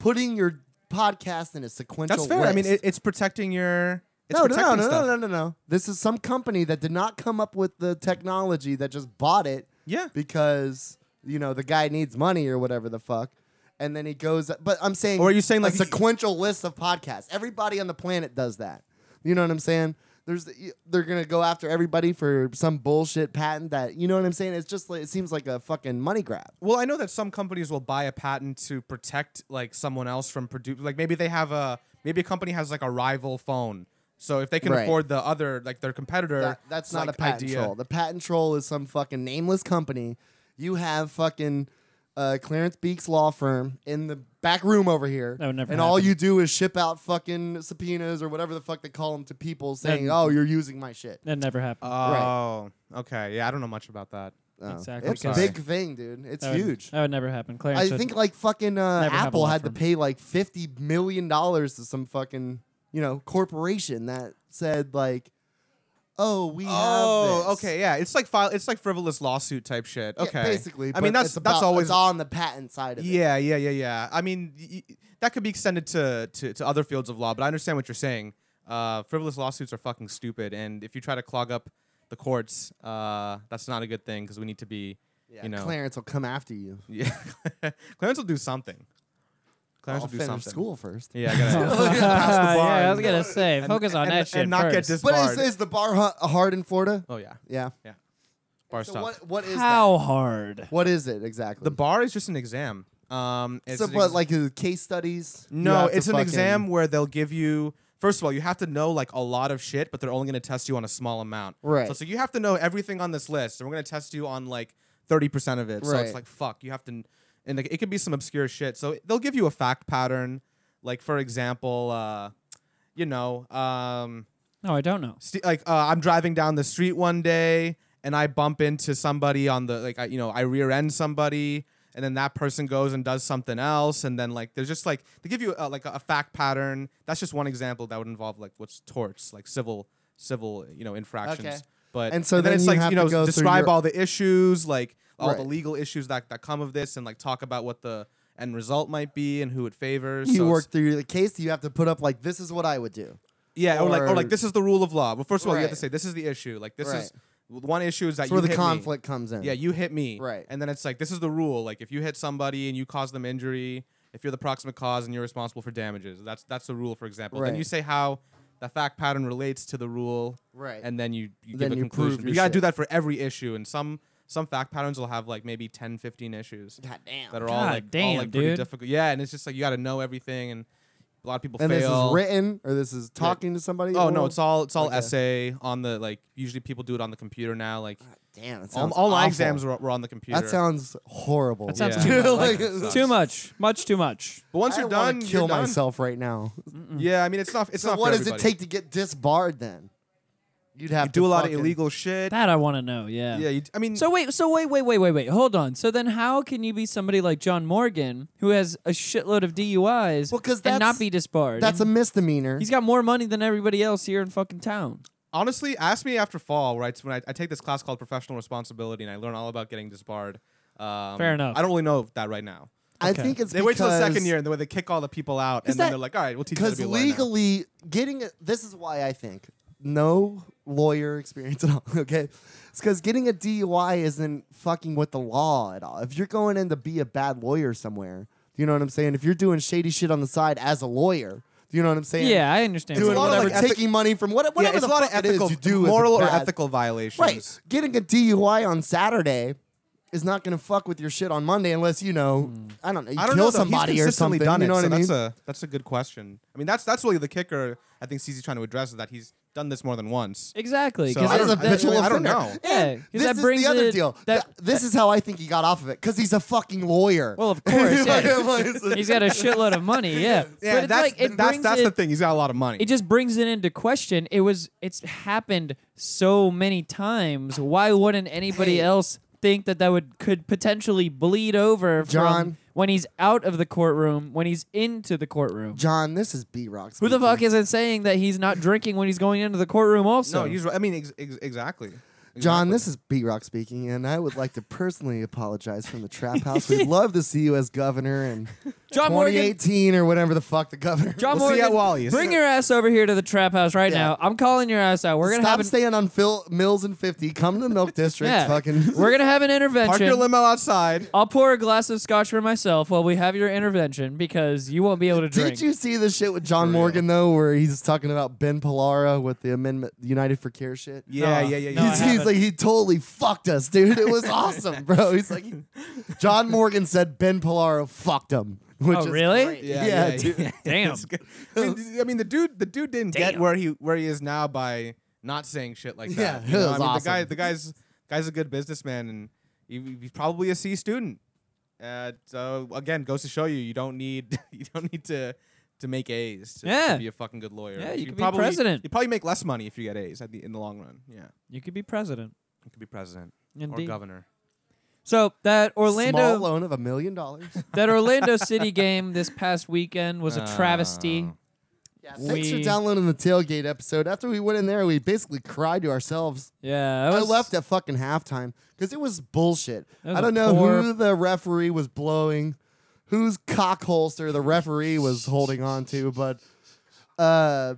C: putting your podcast in a sequential.
D: that's fair. I mean, it,
C: list.
D: it's protecting your. It's
C: no, no, no,
D: protecting
C: no,
D: stuff.
C: no, no, no, no. This is some company that did not come up with the technology that just bought it
D: Yeah.
C: because you know the guy needs money or whatever the fuck, and then he goes. But I'm saying,
D: Or are you saying, like,
C: a sequential list of podcasts? Everybody on the planet does that. You know what I'm saying? There's they're gonna go after everybody for some bullshit patent that you know what I'm saying. It's just like, it seems like a fucking money grab.
D: Well, I know that some companies will buy a patent to protect like someone else from produ Like maybe they have a maybe a company has like a rival phone. So if they can
C: Right.
D: afford the other like their competitor,
C: That- that's not
D: like,
C: a patent
D: idea.
C: troll. The patent troll is some fucking nameless company. You have fucking uh, Clarence Beek's law firm in the back room over here.
A: That would never
C: and all
A: happen.
C: you do is ship out fucking subpoenas or whatever the fuck they call them to people saying,
A: Then-
C: oh, you're using my shit.
A: that never happened
D: Oh, okay. Yeah, I don't know much about that.
C: Oh.
A: exactly,
C: It's a
D: because-
C: big thing, dude. It's
A: that would,
C: huge.
A: that would never happen clarence
C: I
A: would-
C: think like fucking uh,
A: Never have a
C: Apple
A: law
C: had to
A: firm.
C: pay like $50 million to some fucking, you know, corporation that said like, oh, we have
D: Oh,
C: this.
D: okay. Yeah, it's like file. It's like frivolous lawsuit type shit.
C: Yeah,
D: Okay,
C: basically,
D: I mean,
C: but
D: that's
C: it's
D: that's
C: about-
D: always
C: it's on the patent side of it.
D: Yeah, yeah, yeah, yeah. I mean, y- y- that could be extended to, to to other fields of law, but I understand what you're saying. Uh, frivolous lawsuits are fucking stupid, and if you try to clog up the courts, uh, that's not a good thing because we need to be, you know,
C: Clarence will come after you.
D: yeah. Clarence will do something. Clarence
C: I'll
D: will do
C: finish
D: something.
C: school first.
D: Yeah, I gotta
A: yeah, I was
D: barn.
A: gonna say, focus on
D: and,
A: that
D: and
A: shit
D: not get
A: first.
D: this.
C: But is, is the bar hu- hard in Florida?
D: oh yeah,
C: Yeah.
D: bar
C: So
D: stuff.
C: what what is
A: How hard?
C: that? What is it exactly?
D: The bar is just an exam. Um, it's
C: So,
D: an
C: but
D: ex-
C: like uh, case studies? You
D: No,
C: have to
D: it's an
C: fucking-
D: exam where they'll give you. First of all, you have to know like a lot of shit, but they're only going to test you on a small amount.
C: Right.
D: So, so you have to know everything on this list, and we're going to test you on like thirty percent of it. So
C: Right.
D: it's like fuck, you have to, and like, it could be some obscure shit. So they'll give you a fact pattern, like for example, uh, you know, um,
A: No, I don't know.
D: st- like uh, I'm driving down the street one day and I bump into somebody on the like I, you know I rear end somebody and then that person goes and does something else and then like there's just like they give you a, like a, a fact pattern. That's just one example that would involve like what's torts like civil civil you know infractions.
C: Okay.
D: But
C: And so then
D: it's
C: you
D: like
C: have
D: you know
C: to go through
D: describe
C: your-
D: all the issues like all the
C: Right.
D: legal issues that that come of this and like talk about what the end result might be and who it favors.
C: You
D: So it's- Uh,
C: work through the case. You have to put up like this is what I would do.
D: yeah, or, like or like
C: or-
D: this is the rule of law. Well, first of all, you have to
C: Right.
D: say this is the issue. Like this is
C: Right.
D: one issue is that
C: That's
D: you
C: where the
D: hit me.
C: conflict comes in.
D: Yeah, you hit me.
C: Right.
D: And then it's like this is the rule. Like if you hit somebody and you cause them injury, if you're the proximate cause and you're responsible for damages, that's that's the rule. For example, then
C: Right.
D: you say how the fact pattern relates to the rule.
C: Right.
D: And then you, you
C: Then
D: give a
C: you prove
D: conclusion. But
C: your
D: You gotta do
C: shit.
D: that for every issue, and some some fact patterns will have like maybe 10, 15 issues
C: God damn.
D: that are all
A: God
D: like all
A: damn,
D: like pretty
A: dude.
D: difficult. Yeah, and it's just like you gotta know everything, and a lot of people
C: and this
D: fail.
C: is written or this is talking to somebody.
D: Oh
C: or-
D: no, it's all it's all
C: Okay.
D: essay on the like. Usually people do it on the computer now. Like
C: damn. It
D: all,
C: sounds
D: all my
C: awful.
D: exams were, were on the computer.
C: That sounds horrible.
A: That sounds
D: Yeah.
A: too much.
D: Like,
C: Like,
A: too much. Much too much.
D: but once
C: I
D: you're
C: don't wanna
D: done,
C: kill
D: you're done. Mm.
C: myself right now.
D: Yeah, I mean it's not it's
C: So
D: not.
C: what
D: for
C: does it
D: everybody.
C: take to get disbarred then? You'd have
D: You do
C: to
D: a lot of
C: fucking-
D: illegal shit.
A: That I want to know. Yeah.
D: yeah, you, d- I mean
A: So wait, so wait, wait, wait, wait, wait. Hold on. So then, how can you be somebody like John Morgan who has a shitload of DUIs
C: Well, 'cause
A: and
C: that's-
A: not be disbarred?
C: That's a misdemeanor.
A: He's got more money than everybody else here in fucking town.
D: honestly, ask me after fall, where I, when I, I take this class called professional responsibility, and I learn all about getting disbarred. Um,
A: Fair enough.
D: I don't really know that right now.
C: I
A: Okay.
C: think it's
D: They wait till the second
C: because-
D: year, and the way they kick all the people out, and
A: Is
D: then
A: that-
D: they're like, "All right, we'll teach you how to
C: Because
D: be a lawyer now."
C: legally, getting a, this is why I think no lawyer experience at all. Okay, it's because getting a DUI isn't fucking with the law at all. If you're going in to be a bad lawyer somewhere, you know what I'm saying. If you're doing shady shit on the side as a lawyer, you know what I'm saying.
A: Yeah, I understand.
C: doing
D: a lot of,
C: whatever,
D: like, ethi-
C: taking money from what,
D: Yeah,
C: whatever
D: it's
C: the
D: a lot of
C: fuck it is
D: ethical,
C: you do, is
D: moral or
C: bad.
D: ethical violations.
C: Right, getting a DUI on Saturday. Is not gonna fuck with your shit on Monday unless you know
A: Hmm.
C: I don't know you
D: I don't
C: kill
D: know. though.
C: somebody
D: He's
C: or
D: consistently
C: something.
D: Done
C: you know
D: it,
C: what
D: so
C: I mean?
D: That's a that's a good question. I mean, that's that's really the kicker. I think CZ's trying to address is that he's done this more than once.
A: exactly.
D: So
A: 'cause
D: I
A: it-
C: That's
D: don't-
C: a
D: I don't-
C: habitual
D: I don't
C: offender.
D: know.
A: Yeah, 'cause
C: this
A: that
C: is
A: brings
C: the other
A: it-
C: deal.
A: that-
C: Th- this is how I think he got off of it because he's a fucking lawyer.
A: well, of course. yeah.
C: Like,
A: He's got a shitload of money. Yeah. but
D: Yeah,
A: it's
D: that's
A: like, it
D: that's
A: brings
D: that's
A: it,
D: the thing. He's got a lot of money.
A: it just brings it into question. It was it's happened so many times. Why wouldn't anybody
C: Hey.
A: else think that that would could potentially bleed over from
C: John.
A: when he's out of the courtroom when he's into the courtroom?
C: John, this is B Rock.
A: Who the fuck isn't saying that he's not drinking when he's going into the courtroom also?
D: no, he's right. I mean, ex- ex- exactly.
C: John,
D: Exactly.
C: this is B Rock speaking, and I would like to personally apologize from the Trap House. We'd love to see you as governor in
A: John Morgan
C: 2018 or whatever the fuck the governor.
A: John
D: We'll see you at
A: Morgan,
D: Wally's.
A: bring your ass over here to the trap house right
C: Yeah.
A: now. I'm calling your ass out. We're gonna
C: Stop
A: have an,
C: staying on Phil Mills and 50. Come to the Milk District.
A: yeah,
C: Fucking.
A: we're gonna have an
D: Park your
A: intervention.
D: limo outside.
A: I'll pour a glass of scotch for myself while we have your intervention because you won't be able to drink.
C: Did you see the shit with John
D: For real.
C: Morgan though, where he's talking about Ben Pilara with the Amendment United for Care shit?
D: Yeah,
A: No,
D: yeah, yeah,
A: no,
D: yeah.
A: I
C: he's,
A: haven't.
C: he's like he totally fucked us, dude. It was awesome, bro. He's like, John Morgan said Ben Pilaro fucked him. Which
A: Oh,
C: is
A: really?
C: great.
D: Yeah,
C: Yeah,
D: yeah,
C: dude.
D: yeah.
A: Damn.
D: It's good. I mean, d- I mean, the dude, the dude didn't get
A: Damn.
D: where he where he is now by not saying shit like
C: Yeah,
D: that.
C: it was
D: I mean,
C: awesome.
D: the guy, the guy's guy's a good businessman, and he, he's probably a C student. Uh, so again, goes to show you, you don't need you don't need to to make A's to, to
A: Yeah.
D: be a fucking good lawyer.
A: Yeah, you could be
D: probably,
A: president.
D: You probably make less money if you get A's at the, in the long run. Yeah,
A: You could be president.
D: you could be president or
A: Indeed.
D: governor.
A: So that
C: Small
A: Orlando
C: loan of a million dollars.
A: that Orlando City game this past weekend was a travesty.
D: Oh.
C: Thanks for
A: We-
C: downloading the tailgate episode. After we went in there, we basically cried to ourselves.
A: Yeah, it
C: I
A: was-
C: left at fucking halftime because it was bullshit.
A: That was
C: I
A: a
C: don't know
A: poor-
C: who the referee was blowing, whose cock holster the referee was holding on to, but uh,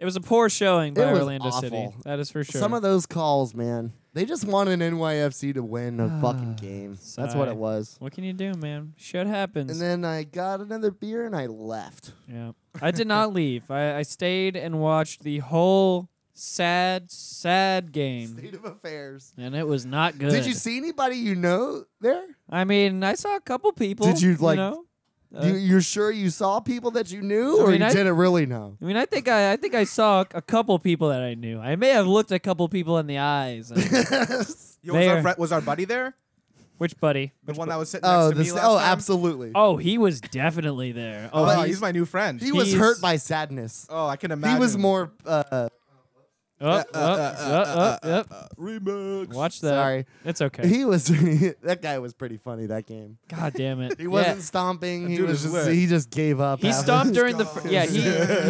A: It was a poor showing by
C: It was
A: Orlando City.
C: awful.
A: That is for sure.
C: Some of those calls, man. They just want an NYFC to win a fucking game. That's what
A: sigh.
C: it was.
A: what can you do, man? Shit happens.
C: And then I got another beer and I left.
A: yeah, I did not leave. I, I stayed and watched the whole sad, sad game,
C: State of affairs.
A: and it was not good.
C: Did you see anybody you know there?
A: I mean, I saw a couple people.
C: Did you, like,
A: know? Uh,
C: you, you're sure you saw people that you knew,
A: I
C: or
A: mean,
C: you
A: I-
C: didn't really know?
A: I mean, I think I, I think I saw a couple people that I knew. I may have looked a couple people in the eyes. and-
D: Yo, was, our
A: There.
D: fri- was our buddy there?
A: Which buddy?
D: The one that was sitting next
C: Oh,
D: to
C: this,
D: me last
C: oh,
D: time?
C: absolutely.
A: Oh, he was definitely there. Oh,
D: Oh,
A: he-
D: he's my new friend.
C: he was
A: he's-
C: hurt by sadness.
D: oh, I can imagine.
C: He was more. Uh,
A: up, up, up, up, up.
D: remix.
A: oh, Watch that.
C: Sorry.
A: It's okay.
C: he was. that guy was pretty funny that game.
A: God damn it.
C: He wasn't stomping. He
D: dude
C: was
D: is
C: just.
D: lit.
C: He just gave up.
A: He
C: after-
A: stomped during the fir- yeah he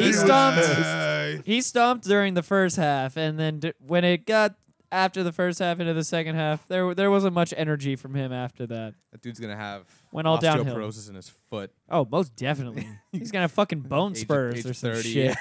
A: he stomped
D: Hey.
A: he stomped during the first half and then d- when it got after the first half into the second half there there wasn't much energy from him after that.
D: That dude's gonna have
A: Went all downhill.
D: osteoporosis in his foot.
A: Oh, most definitely. He's gonna have fucking bone
D: Age-
A: spurs
D: age
A: or some
D: 30.
A: shit.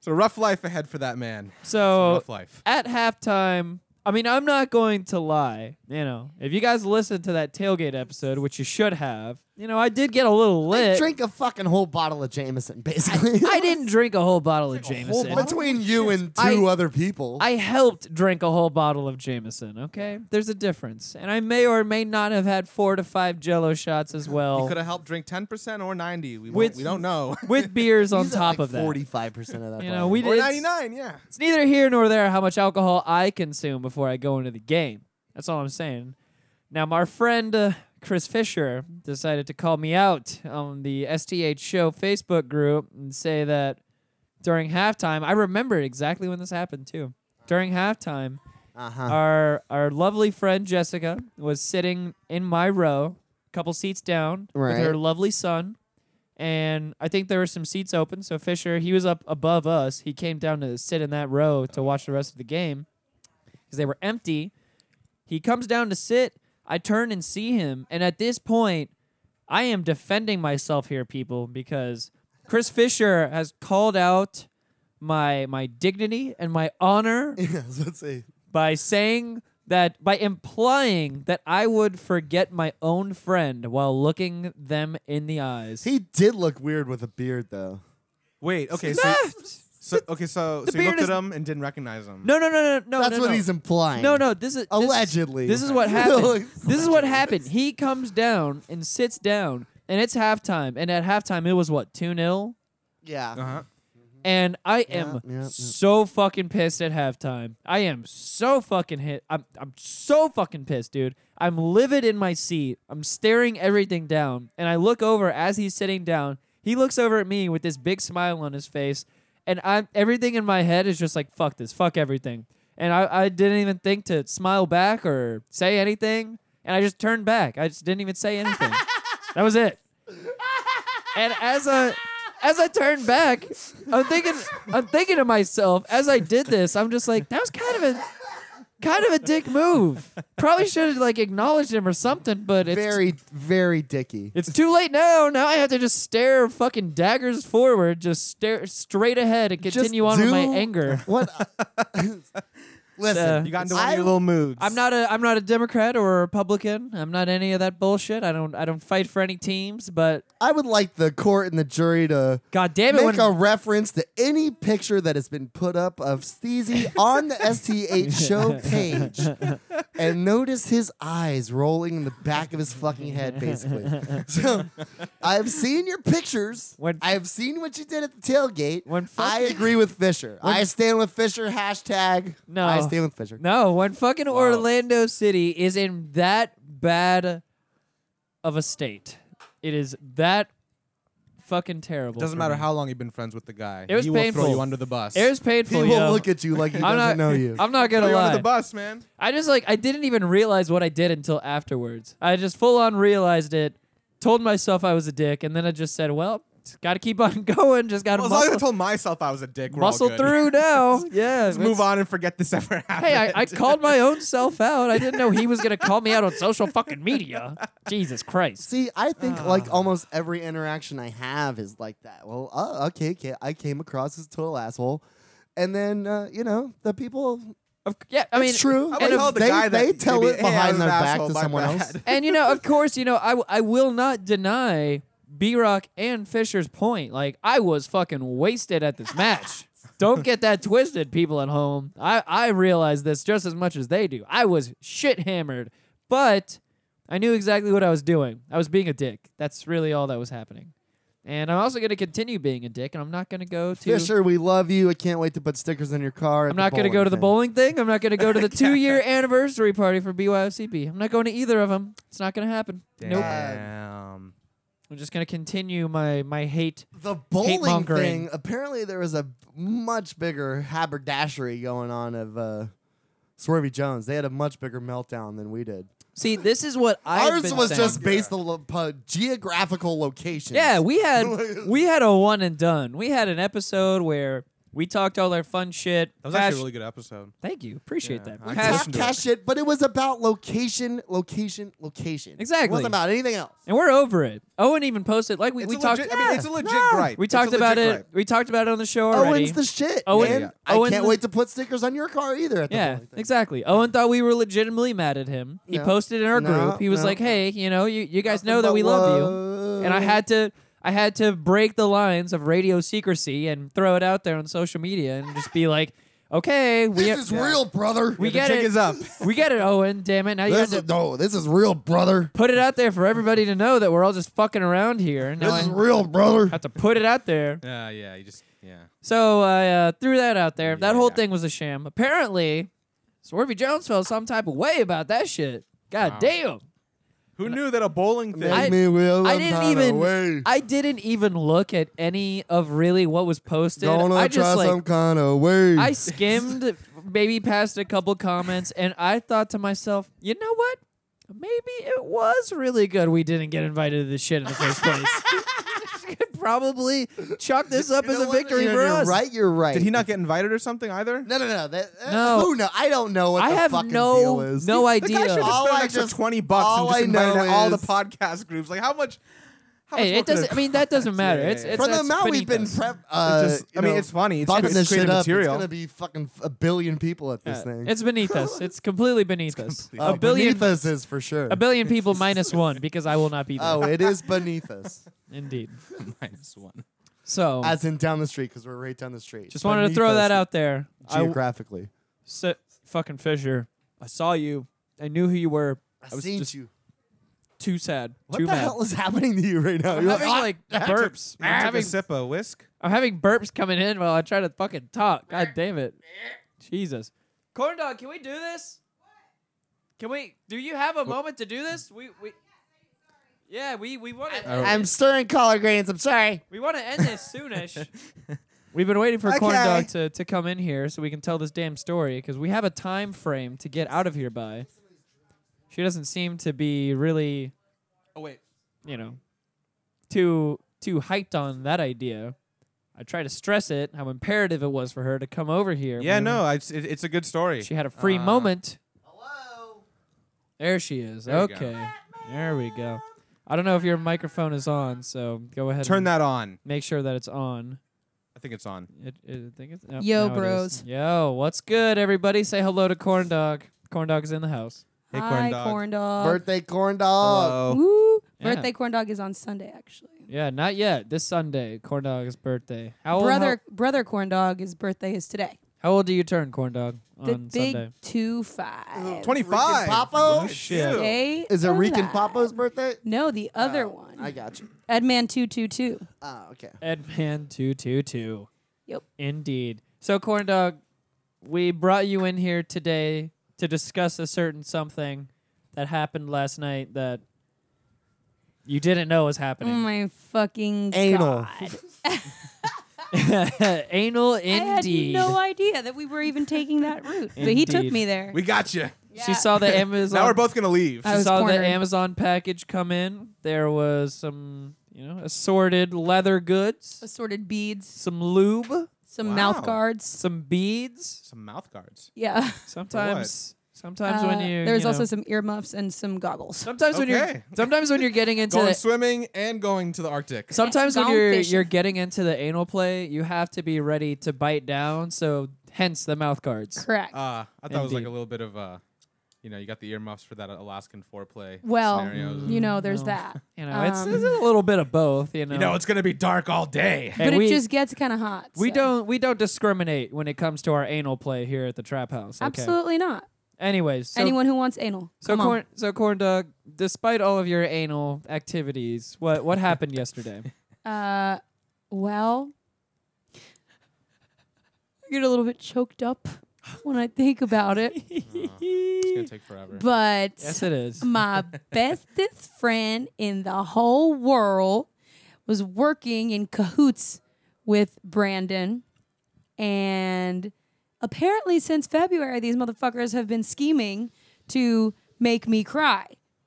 D: so rough life ahead for that man.
A: So
D: rough life.
A: at halftime, I mean, I'm not going to lie. You know, if you guys listened to that tailgate episode, which you should have, you know, I did get a little
C: He
A: lit.
C: drank a fucking whole bottle of Jameson, basically.
A: I didn't drink a whole bottle of
D: whole
A: Jameson.
D: bottle?
C: Between you and
A: I-
C: two other people.
A: I helped drink a whole bottle of Jameson, okay? There's a difference. And I may or may not have had four to five jello shots as
D: He
A: well,
D: could have helped drink 10% or 90. We,
A: With-
D: won't- we don't know.
A: with beers on
C: He's at,
A: top
C: like
A: of that.
C: Forty-five percent of that.
A: You know,
C: bottle.
A: we
D: or
A: did.
D: 99, yeah.
A: It's neither here nor there how much alcohol I consume before I go into the game. That's all I'm saying. Now, our friend uh, Chris Fisher decided to call me out on the STH Show Facebook group and say that during halftime, I remember exactly when this happened too. During halftime,
C: Uh-huh.
A: our our lovely friend Jessica was sitting in my row, a couple seats down, with her
C: Right.
A: lovely son. And I think there were some seats open, so Fisher, he was up above us. He came down to sit in that row to watch the rest of the game because they were empty. He comes down to sit. I turn and see him, and at this point, I am defending myself here, people, because Chris Fisher has called out my my dignity and my honor
C: Yes, let's see.
A: by saying that by implying that I would forget my own friend while looking them in the eyes.
C: He did look weird with a beard, though.
D: Wait, okay, so,
A: Ah!
D: so okay, so, so you
A: beard
D: looked
A: is-
D: at him and didn't recognize him.
A: no, no, no, no, no.
C: That's
A: no,
C: what
A: no.
C: he's implying.
A: No, no. This is this-
C: Allegedly.
A: This is what
C: Really?
A: happened. this is what happened. He comes down and sits down, and it's halftime. And at halftime, it was what two 0
C: Yeah.
D: Uh-huh.
A: And I am
C: Yep, yep, yep.
A: so fucking pissed at halftime. I am so fucking hit. I'm I'm so fucking pissed, dude. I'm livid in my seat. I'm staring everything down, and I look over as he's sitting down. He looks over at me with this big smile on his face, and I'm everything in my head is just like fuck this, fuck everything. And I, I didn't even think to smile back or say anything, and I just turned back. I just didn't even say anything. that was it. And as I as I turn back, I'm thinking I'm thinking to myself as I did this, I'm just like, that was kind of a kind of a dick move. Probably should have like acknowledged him or something, but it's
C: Very, very dicky.
A: it's too late now. Now I have to just stare fucking daggers forward, just stare straight ahead and continue on with my
C: do
A: anger.
C: What? Listen,
A: So-
D: You got into one of your
C: I-
D: little moods.
A: I'm not a I'm not a Democrat or a Republican. I'm not any of that bullshit. I don't I don't fight for any teams, but
C: I would like the court and the jury to
A: god damn it
C: make
A: when
C: a reference to any picture that has been put up of Steezy on the STH show page and notice his eyes rolling in the back of his fucking head, basically. So I've seen your pictures.
A: When-
C: I've seen what you did at the tailgate.
A: When
C: I
A: fucking-
C: agree with Fisher. I stand with Fisher. Hashtag.
A: No.
C: I stand with Fisher.
A: No, when fucking Orlando City is in that bad of a state, it is that fucking terrible.
D: Doesn't
A: for
D: matter
A: me.
D: how long you've been friends with the guy.
A: It was
D: he will
A: painful.
D: throw you under the bus.
A: It was
C: He
A: painful.
C: will
A: yo.
C: look at you like he
A: I'm
C: doesn't
A: not,
C: know you.
A: I'm not
D: throw
A: gonna
D: you under the
A: lie.
D: bus, man.
A: I just like I didn't even realize what I did until afterwards. I just full on realized it. Told myself I was a dick, and then I just said, "Well, got to keep on going. Just got to
D: Well, as long as I
A: muscle,
D: told myself I was a dick, we're all
A: muscle
D: good.
A: through now." yeah,
D: Let's move on and forget this ever happened.
A: Hey, I, I called my own self out. I didn't know he was gonna call me out on social fucking media. Jesus Christ.
C: See, I think like almost every interaction I have is like that. Well, uh, okay, okay, I came across as a total asshole, and then uh, you know the people.
A: Of, c- yeah, I mean,
C: it's true.
D: I would
C: and
D: tell
C: if
D: the
C: they,
D: guy that
C: they tell
D: maybe,
C: it
D: "Hey, I was
C: behind
D: an
C: their back
D: asshole,
C: to
D: my
C: someone
D: bad."
C: else.
A: and you know, of course, you know, I, w- I will not deny B Rock and Fisher's point. Like, I was fucking wasted at this match. Don't get that twisted, people at home. I, I realize this just as much as they do. I was shit hammered, but I knew exactly what I was doing. I was being a dick. That's really all that was happening. And I'm also going to continue being a dick, and I'm not going to go to.
C: Fisher, we love you. I can't wait to put stickers in your car. at
A: I'm
C: the
A: not going to go to the
C: thing.
A: bowling thing. I'm not going to go to the two year anniversary party for BYOCB. I'm not going to either of them. It's not going to happen. Nope.
D: Damn.
A: I'm just going to continue my, my hate.
C: The bowling
A: mongering.
C: thing. Apparently, there was a b- much bigger haberdashery going on of uh, Swervy Jones. They had a much bigger meltdown than we did.
F: See, this is what I
C: Ours was just based on lo- po- geographical location.
A: Yeah, we had we had a one and done. We had an episode where we talked all our fun shit.
D: That was
A: Pass-
D: actually a really good episode.
A: Thank you. Appreciate
D: Yeah,
A: that.
D: I
A: Pass-
D: listened to it.
C: that shit, but it was about location, location, location.
A: Exactly.
C: It wasn't about anything else.
A: and we're over it. Owen even posted like we,
D: It's
A: we
D: a
A: talked
D: legit- I mean, it's a legit
C: no.
D: gripe.
A: we
D: It's a
A: talked about
D: legit
A: it.
D: gripe.
A: We talked about it on the show already.
C: Owen's the shit.
A: Owen-
C: man.
A: Yeah.
C: I
A: Owen-
C: can't wait to put stickers on your car either. At the
A: yeah,
C: bowling thing.
A: exactly. Owen thought we were legitimately mad at him. He
C: No.
A: posted in our
C: No,
A: group. He was
C: no.
A: like, "Hey, you know, you, you guys
C: Nothing
A: know that
C: but
A: we love you."
C: love.
A: And I had to I had to break the lines of radio secrecy and throw it out there on social media and just be like, "Okay, we
C: This is real, brother.
A: we
D: The
A: get
D: jig
A: it.
D: is up.
A: We get it, Owen. Damn it. Now you
C: This
A: have
C: is,
A: to
C: no, this is real, brother.
A: put it out there for everybody to know that we're all just fucking around here. Now
C: This
A: I
C: is real, brother.
A: have to put it out there.
D: Yeah, yeah. You just yeah.
A: So I uh, threw that out there. That whole
D: Yeah.
A: thing was a sham. Apparently, Swervy Jones felt some type of way about that shit. God damn.
D: Who knew that a bowling thing?
A: I-
C: Make me will
A: I
C: I'm
A: didn't
C: kinda
A: even
C: way.
A: I didn't even look at any of really what was posted.
C: Gonna
A: I
C: try
A: just like
C: some kind of way.
A: I skimmed maybe past a couple comments and I thought to myself, you know what? Maybe it was really good we didn't get invited to this shit in the first place. Could probably chalk this up as a victory
C: you're,
A: for
C: you're
A: us.
C: right. You're right.
D: Did he not get invited or something either?
C: No, no, no. That, uh,
A: No.
C: Who know? I don't know what
A: I
C: the
A: have
C: fucking deal
A: no
C: is.
A: no
D: The guy should
A: idea.
D: have
C: All
D: spent an
C: I
D: extra
C: just-
D: twenty bucks
C: all
D: and just
C: I know
D: invited all the
C: is-
D: podcast groups. Like how much? How much
A: Hey,
D: more
A: it
D: could
A: doesn't. I mean, that doesn't matter. It's, it's
C: From the
A: that's
C: amount we've been
A: beneath us.
C: prep, uh,
D: just- I
C: you
D: mean,
C: know,
D: it's funny. It's-
C: bumping
D: it's
C: this shit
D: creative
C: up.
D: material.
C: It's gonna be fucking f- a billion people at this
A: Uh,
C: thing.
A: It's beneath us. It's completely beneath us.
D: completely-
C: oh,
A: a billion,
C: beneath us is for sure.
A: a billion people minus one because I will not be there.
C: oh, it is beneath us,
A: Indeed.
D: minus one.
A: So
C: as in down the street, because we're right down the street.
A: just wanted to
C: Beneath
A: throw that
C: us
A: out there. I w-
C: geographically.
A: so, fucking Fisher, I saw you. I knew who you were. I, was
C: seen
A: just
C: you.
A: too sad.
C: What
A: too
C: the
A: mad.
C: hell is happening to you right now?
A: I'm
C: You're
A: having
C: "Ah."
A: like burps.
D: I
A: I'm
D: took a
A: having,
D: sip of whisk.
A: I'm having burps coming in while I try to fucking talk. God damn it. Jesus. Corn dog, can we do this? Can we do you have a moment to do this? We we Yeah, we we want to
D: I-
C: I'm stirring collard greens. I'm sorry.
A: we want to end this soonish. We've been waiting for Corn
C: Okay.
A: Dog to, to come in here so we can tell this damn story because we have a time frame to get out of here by. She doesn't seem to be really
D: Oh wait.
A: you know, too too hyped on that idea. I tried to stress it how imperative it was for her to come over here.
D: Yeah,
A: when
D: no, I, it's, it, it's a good story.
A: She had a free
D: Uh,
A: moment. Hello. There she is.
D: There we go.
A: okay. There we go. I don't know if your microphone is on, so go ahead.
D: Turn
A: and
D: that on.
A: Make sure that it's on.
D: I think it's on.
A: It, it, I think it's, oh,
G: Yo,
A: now it is.
G: bros.
A: Yo, what's good, everybody? Say hello to Corn Dog. Corn Dog is in the house.
D: Hey,
G: Hi,
D: corn dog.
G: corn dog.
C: Birthday corn dog.
A: Uh,
D: Hello.
G: Woo.
A: oh. Yeah.
G: Birthday corn dog is on Sunday, actually.
A: Yeah, not yet. This Sunday, Corn Dog's birthday. How old?
G: brother, brother corn dog, his birthday is today.
A: How, how old do you turn, Corn Dog?
G: The
A: On
G: big
A: Sunday.
G: two five.
D: Twenty-five.
C: Freaking Papo?
D: Ew.
A: Shit.
G: Day
C: Is it Rican
G: alive.
C: Papo's birthday?
G: No, the other one.
C: Oh, I got you.
G: Edman two two two.
C: Oh, okay.
A: Edman two two two.
G: Yep.
A: Indeed. So corn dog, we brought you in here today to discuss a certain something that happened last night that you didn't know was
G: Oh
A: happening.
G: my fucking
C: Anal.
G: god!
A: Anal
G: I had
A: indeed.
G: no idea that we were even taking that route, but he took
A: Indeed.
G: me there.
D: We got you.
A: She saw the Amazon
D: Now we're both gonna leave.
G: I
A: she
G: was
A: saw
G: cornered.
A: the Amazon package come in. There was some, you know, assorted leather goods,
G: assorted beads,
A: some lube,
G: some
D: Wow.
G: mouth guards.
A: some beads.
D: Some mouth guards.
G: Yeah.
A: Sometimes sometimes when
G: Uh,
A: you
G: there's
A: you
G: also
A: know,
G: some earmuffs and some goggles.
A: Sometimes when you're
D: Okay.
A: sometimes when you're getting into
D: Going
A: the-
D: swimming and going to the Arctic.
A: sometimes when
G: Gone
A: you're
G: fishing.
A: you're getting into the anal play, you have to be ready to bite down. So hence the mouth guards.
G: Correct.
C: Ah,
D: Uh, I thought it was like
A: Indeed.
D: a little bit of uh, you know, you got the earmuffs for that Alaskan foreplay.
G: well,
D: scenarios.
G: you know, there's
A: No.
G: that.
A: You know, it's,
G: Um,
A: it's a little bit of both. You know,
D: you know, it's gonna be dark all day.
A: Hey,
G: but
A: we,
G: it just gets kind of hot.
A: we
G: so.
A: don't we don't discriminate when it comes to our anal play here at the trap house. Okay?
G: Absolutely not.
A: Anyways, so,
G: Anyone who wants anal.
A: so
G: come on.
A: corn so corn dog. Despite all of your anal activities, what what happened yesterday?
G: Uh, well, I get a little bit choked up when I think about it,
D: It's gonna take forever.
G: but
A: Yes, it is.
G: my bestest friend in the whole world was working in cahoots with Brandon. And apparently, since February, these motherfuckers have been scheming to make me cry.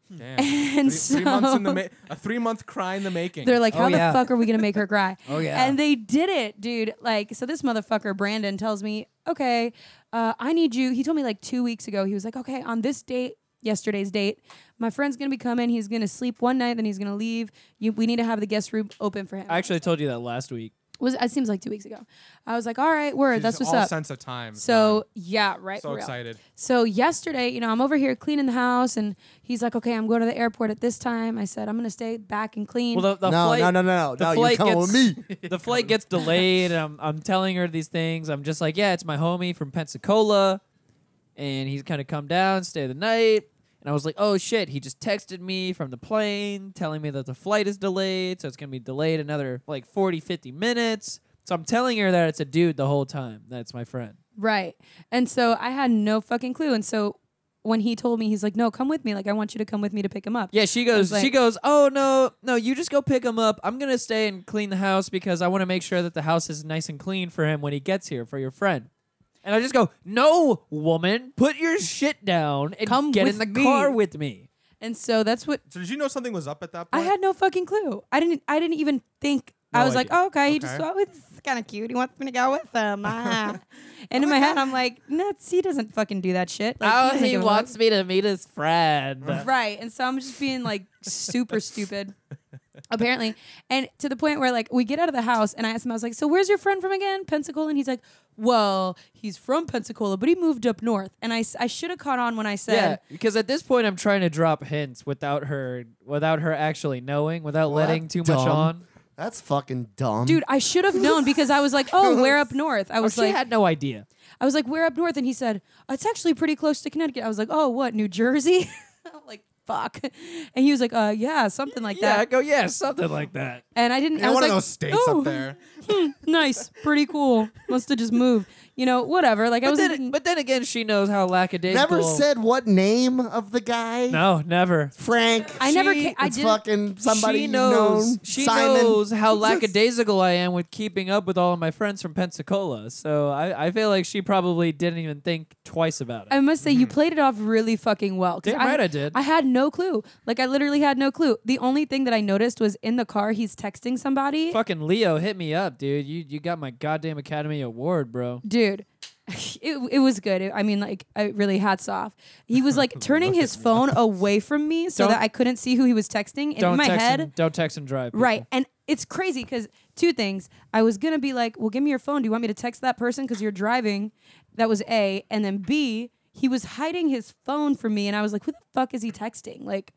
A: Hmm.
D: Damn. three,
G: And
D: three months in the
G: so-
D: ma- a three month cry in the making.
G: They're like,
H: Oh,
G: how the
H: yeah.
G: fuck are we gonna make her cry?
H: Oh, yeah.
G: And they did it, dude. Like, so this motherfucker Brandon tells me, okay, uh, I need you. He told me like two weeks ago. He was like, okay, on this date, yesterday's date, my friend's gonna be coming. He's gonna sleep one night, then he's gonna leave. You, we need to have the guest room open for him.
A: I actually told you that last week.
G: was it seems like two weeks ago. I was like, all right, word.
D: She's
G: that's what's
D: all
G: up.
D: sense of time.
G: So yeah, right.
D: gone. so
G: real.
D: excited.
G: So yesterday, you know, I'm over here cleaning the house, and he's like, "Okay, I'm going to the airport at this time." I said, "I'm going to stay back and clean."
A: Well, the, the
C: no,
A: flight,
C: no, no, no, no,
A: the
C: no. You're
A: flight
C: coming
A: gets-
C: with me.
A: the flight gets delayed. And I'm, I'm telling her these things. I'm just like, yeah, it's my homie from Pensacola, and he's kind of come down, stay the night. And I was like, oh shit, he just texted me from the plane telling me that the flight is delayed, so it's gonna be delayed another like 40, 50 minutes. So I'm telling her that it's a dude the whole time. That's my friend.
G: Right. And so I had no fucking clue. And so when he told me, he's like, no, come with me. Like, I want you to come with me to pick him up.
A: Yeah, she goes.
G: like-
A: she goes. Oh no, no! You just go pick him up. I'm gonna stay and clean the house because I want to make sure that the house is nice and clean for him when he gets here for your friend. And I just go, no, woman, put your shit down and
G: Come
A: get in
G: with
A: the
G: me."
A: car with me.
G: And so that's what
D: So did you know something was up at that
G: I
D: point?
G: had no fucking clue. I didn't, I didn't even think. I
D: No
G: was like,
D: idea.
G: oh, okay, he just
D: Okay.
G: thought it's kind of cute. He wants me to go with him. Ah.
D: Oh
G: and in my head, I'm like, nuts. He doesn't fucking do that shit. Like, doesn't give a fuck.
A: me to meet his friend.
G: Right. And so I'm just being like super stupid. Apparently. And to the point where like we get out of the house and I asked him, I was like, So where's your friend from again? Pensacola? And he's like, Well, he's from Pensacola, but he moved up north. And I, s- I should have caught on when I said
A: Yeah, because at this point I'm trying to drop hints without her, without her actually knowing, without letting too much
C: dumb.
A: on.
C: That's fucking dumb.
G: Dude, I should have known because I was like, "Oh, we're up north." I
A: Oh,
G: was
A: she
G: like,
A: had no idea.
G: "I was like, we're up north," and he said, "It's actually pretty close to Connecticut." I was like, "Oh, what, New Jersey?" I'm like, "Fuck," and he was like, "Uh, yeah, something like
A: yeah, I
G: that."
A: go yeah, something like that.
G: And I didn't.
D: Yeah,
G: I was
D: one
G: like,
D: of those states
G: "Oh."
D: up there.
G: nice, pretty cool. Must have just moved. You know, whatever. Like I
A: But
G: was.
A: then,
G: Thinking,
A: but then again, she knows how lackadaisical.
C: Never said what name of the guy.
A: No, never.
C: Frank.
G: I never.
A: she-
G: Ca- I
C: it's
G: did.
C: fucking somebody
A: she
C: you've
A: knows.
C: known.
A: She
C: Simon.
A: knows how
C: Jesus.
A: lackadaisical I am with keeping up with all of my friends from Pensacola. So I, I feel like she probably didn't even think twice about it.
G: I must say, you
A: Mm-hmm.
G: played it off really fucking well. 'cause
A: Damn right I did.
G: I had no clue. Like I literally had no clue. The only thing that I noticed was in the car he's texting somebody.
A: Fucking Leo hit me up, dude. You you got my goddamn Academy Award, bro.
G: Dude, it, it was good. It- I mean, like I really hats off. He was like turning his phone away from me so
A: Don't-
G: that I couldn't see who he was texting. And
A: Don't
G: in my
A: text
G: head,
A: and, don't text and drive. people.
G: Right. And it's crazy because two things. I was going to be like, well, give me your phone. Do you want me to text that person? Because you're driving. That was A. And then B, he was hiding his phone from me. And I was like, who the fuck is he texting? Like,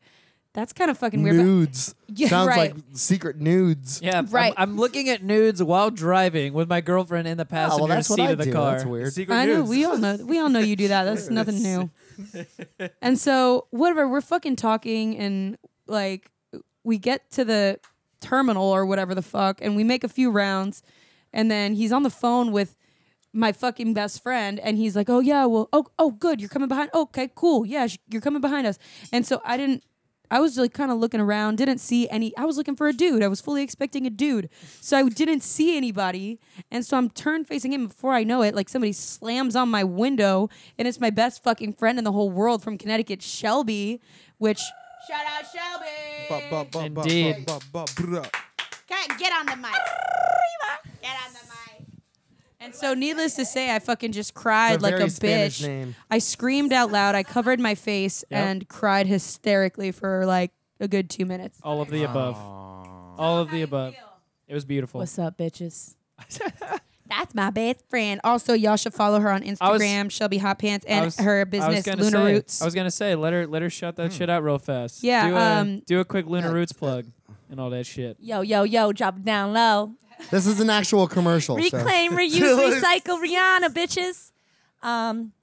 G: that's kind of fucking weird. but-
C: Nudes.
G: Yeah,
C: Sounds
G: right.
C: like secret nudes.
A: Yeah, I'm-
G: Right.
A: I'm, looking at nudes while driving with my girlfriend in the
C: Oh,
A: passenger
C: well, that's
A: seat
C: what I
A: of the
C: do.
A: car.
C: That's weird.
D: Secret
G: I know
D: nudes.
G: we all know we all know you do that. That's nothing new. And so whatever, we're fucking talking and like we get to the terminal or whatever the fuck and we make a few rounds and then he's on the phone with my fucking best friend and he's like, "Oh yeah, well oh oh good, you're coming behind. Okay, cool. Yeah, sh- you're coming behind us." And so I didn't I was like kind of looking around, didn't see any. I was looking for a dude. I was fully expecting a dude. So I didn't see anybody. And so I'm turned facing him before I know it. Like somebody slams on my window, and it's my best fucking friend in the whole world from Connecticut, Shelby, which. Shout out
D: Ba,
G: Shelby!
D: ba, ba, ba,
A: Indeed.
D: ba, ba, ba, bruh.
I: Get get on the mic. Get on the mic.
G: And so, needless to say, I fucking just cried
C: It's a
G: like
C: very
G: a
C: Spanish
G: bitch.
C: name.
G: I screamed out loud. I covered my face
A: Yep.
G: and cried hysterically for like a good two minutes.
A: All of the above. All of the above. It was beautiful.
G: up, bitches? That's my best friend. Also, y'all should follow her on
A: was-
G: Instagram, Shelby Hot Pants,
A: I
G: and
A: was- I
G: her
A: was
G: business,
A: gonna
G: Lunar
A: say-
G: Roots.
A: I was gonna say, let her let her shut
C: Hmm.
A: that shit out real fast.
G: Yeah,
A: do a,
G: um,
A: do a quick Lunar Roots plug and all that shit.
I: Yo, yo, yo, drop it down low.
C: This is an actual commercial. so-
I: Reclaim, reuse, recycle, Rihanna, bitches. Um,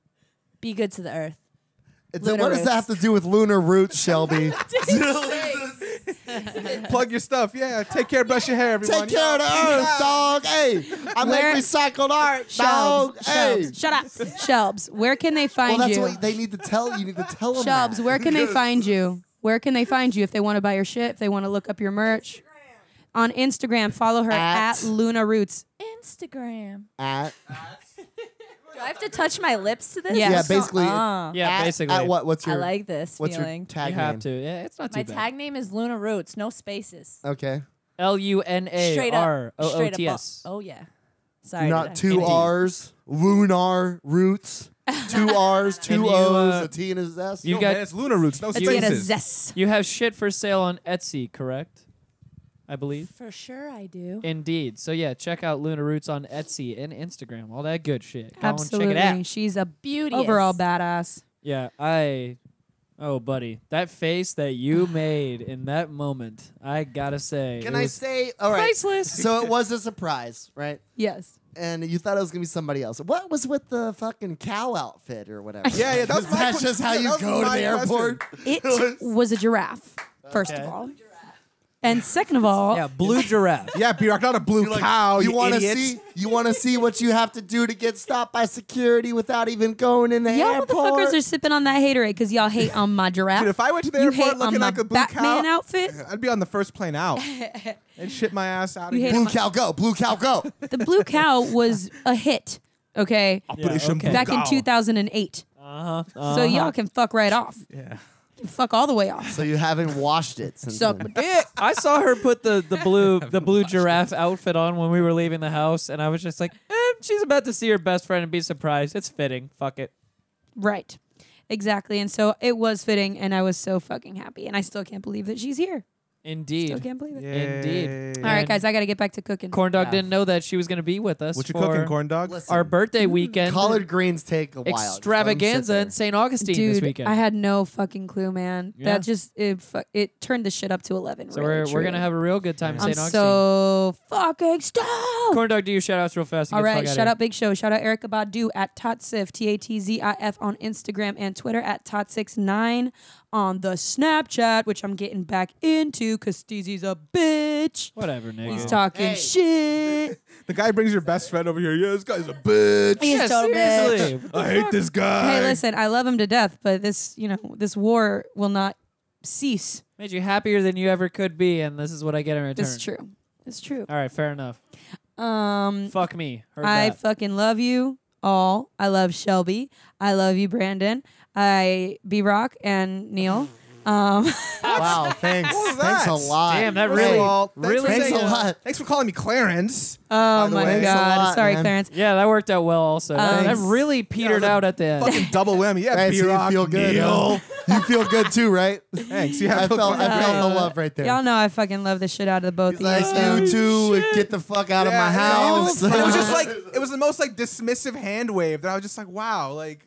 I: be good to the earth.
C: It's-
I: Lunar
C: what does that have to do with lunar roots, Shelby?
D: Plug your stuff. Yeah. Take care. Brush your hair, everyone.
C: Take care of the earth, dog. Hey, I make
G: Where-
C: recycled art,
G: Shelbs,
C: dog. Oh, Hey.
G: Shelbs, shut up. Shelbs, where can they
C: Well,
G: find
C: that's
G: you?
C: what they need to tell you. Need to tell them.
G: Shelbs,
C: that.
G: where can they find you? Where can they find you if they want to buy your shit, if they want to look up your merch? On Instagram, follow her at,
C: At-
G: Luna Roots.
I: Instagram.
C: At,
I: Do I have to touch my lips to this?
G: Yeah.
C: Yeah, basically.
I: Uh,
A: Yeah,
C: at-
A: basically.
C: At what? What's
I: I
C: your
I: like this
C: What's
I: feeling.
C: your tag
A: you
C: name?
A: have to. Yeah, it's not too
I: my
A: bad.
I: tag name is Luna Roots, no spaces.
C: Okay.
A: L U N A
I: Straight up.
A: R O O
I: straight
A: T E
I: up.
A: S.
I: Oh yeah. Sorry. did I-
C: Not two
A: Indeed.
C: R's. Lunar roots. Two R's,
A: And
C: two
A: you,
C: O's,
A: uh,
C: a T and a Z.
A: you
D: No,
A: got-
D: man, it's Luna Roots. No
I: Let's get a
D: spaces.
I: zest.
A: You have shit for sale on Etsy, correct? I believe.
I: For sure, I do.
A: Indeed. So yeah, check out Luna Roots on Etsy and Instagram. All that good shit. Go
G: Absolutely.
A: and check it out.
G: She's a
I: Beauty.
G: overall badass.
A: Yeah, I Oh buddy. That face that you made in that moment, I gotta say.
C: Can
A: it
C: I
A: was
C: say? All right.
A: priceless.
C: So it was a surprise, right?
G: Yes.
C: And you thought it was gonna be somebody else. What was with the fucking cow outfit or whatever?
D: Yeah, yeah, that was my
C: that's
D: que-
C: just how
D: yeah,
C: you
D: that was
C: go to
D: my
C: the airport.
G: It was a giraffe, first of all. And second of all,
A: yeah, blue giraffe.
D: Yeah, B Rock, not a blue cow.
C: you
D: You,
C: want to
D: idiots.
C: see? You want to see what you have to do to get stopped by security without even going in the
G: y'all
C: airport?
G: motherfuckers are sipping on that haterade because y'all hate on my giraffe.
D: Dude, if I went to the
G: you
D: airport
G: hate on
D: looking
G: my
D: like a blue
G: Batman
D: cow,
G: outfit.
D: I'd be on the first plane out. and shit my ass out of
G: You
D: here.
G: hate
C: Blue cow go, blue cow go.
G: The Blue Cow was a hit, okay,
D: Operation
A: okay.
D: Blue
G: back in
D: Cow.
G: 2008.
A: Uh-huh.
G: So y'all can fuck right off.
D: Yeah.
G: You can fuck all the way off.
C: so you haven't washed it since.
G: So
C: then.
A: Yeah, I saw her put the, the blue the blue giraffe outfit on when we were leaving the house, and I was just like, eh, she's about to see her best friend and be surprised. It's fitting. Fuck it.
G: right, exactly. And so it was fitting, and I was so fucking happy. And I still can't believe that she's here. Still
A: Indeed.
G: can't believe it.
A: Indeed.
G: All right,
A: And
G: guys, I got to get back to cooking.
A: Corn Dog didn't know that she was going to be with us
D: What you
A: for
D: cooking, corn dog?
C: Listen,
A: our
G: Mm.
A: birthday weekend
C: collard greens take a while. Just let 'em sit
A: extravaganza
C: there.
A: in St. Augustine
G: Dude,
A: this weekend.
G: I had no fucking clue, man.
A: Yeah.
G: That just it, fu- it turned the shit up to eleven.
A: so
G: really,
A: we're, we're
G: truly.
A: going to have a real good time in
G: I'm
A: St. Augustine.
G: so fucking stoked.
A: corn Dog, do your shout outs real fast. and
G: All
A: get the
G: right,
A: fuck outta
G: shout
A: here.
G: out Big Show. Shout out Erica Badu at Totsif, T A T Z I F on Instagram and Twitter at Tot69 on the Snapchat, which I'm getting back into because Steezy's a bitch.
A: Whatever, nigga.
G: He's talking shit.
D: The guy brings your best friend over here. Yeah, this guy's a bitch.
A: Yeah,
G: He's so bitch.
A: seriously. What the
D: I hate this guy.
G: Hey, listen, I love him to death, but this, you know, this war will not cease.
A: Made you happier than you ever could be, and this is what I get in return.
G: It's true. It's true.
A: All right, fair enough.
G: Um,
A: Fuck me. Heard
G: I
A: that.
G: fucking love you all. I love Shelby. I love you, Brandon. I B Rock and Neil. Um,
C: Wow, thanks.
D: What was
C: Thanks a
D: that?
C: lot.
A: Damn, that
D: First of
A: really,
D: all, thanks
A: really.
D: for
C: Thanks
D: saying-
C: a lot.
D: Thanks for calling me Clarence.
G: Oh
C: the
G: my
C: way. Thanks a
G: god!
C: lot,
G: Sorry,
C: man.
G: Clarence.
A: Yeah, that worked out well. Also, that, that
G: Um,
C: Thanks.
A: really petered
D: that was a
A: out at the end.
D: Fucking double whammy. Yeah,
C: Hey, so
D: B
C: you
D: Rock.
C: feel good.
D: Neil.
C: huh? you feel good too, right?
D: Thanks. Yeah,
C: I
D: feel
C: felt,
D: good.
C: I felt the love right there.
G: Y'all know I fucking love the shit out of the both
C: He's
G: of
C: like,
G: you.
C: you
G: so-
C: too. Get the fuck out
D: Yeah,
C: of my house.
D: It was just like it was the most like dismissive hand wave that I was just like, wow, like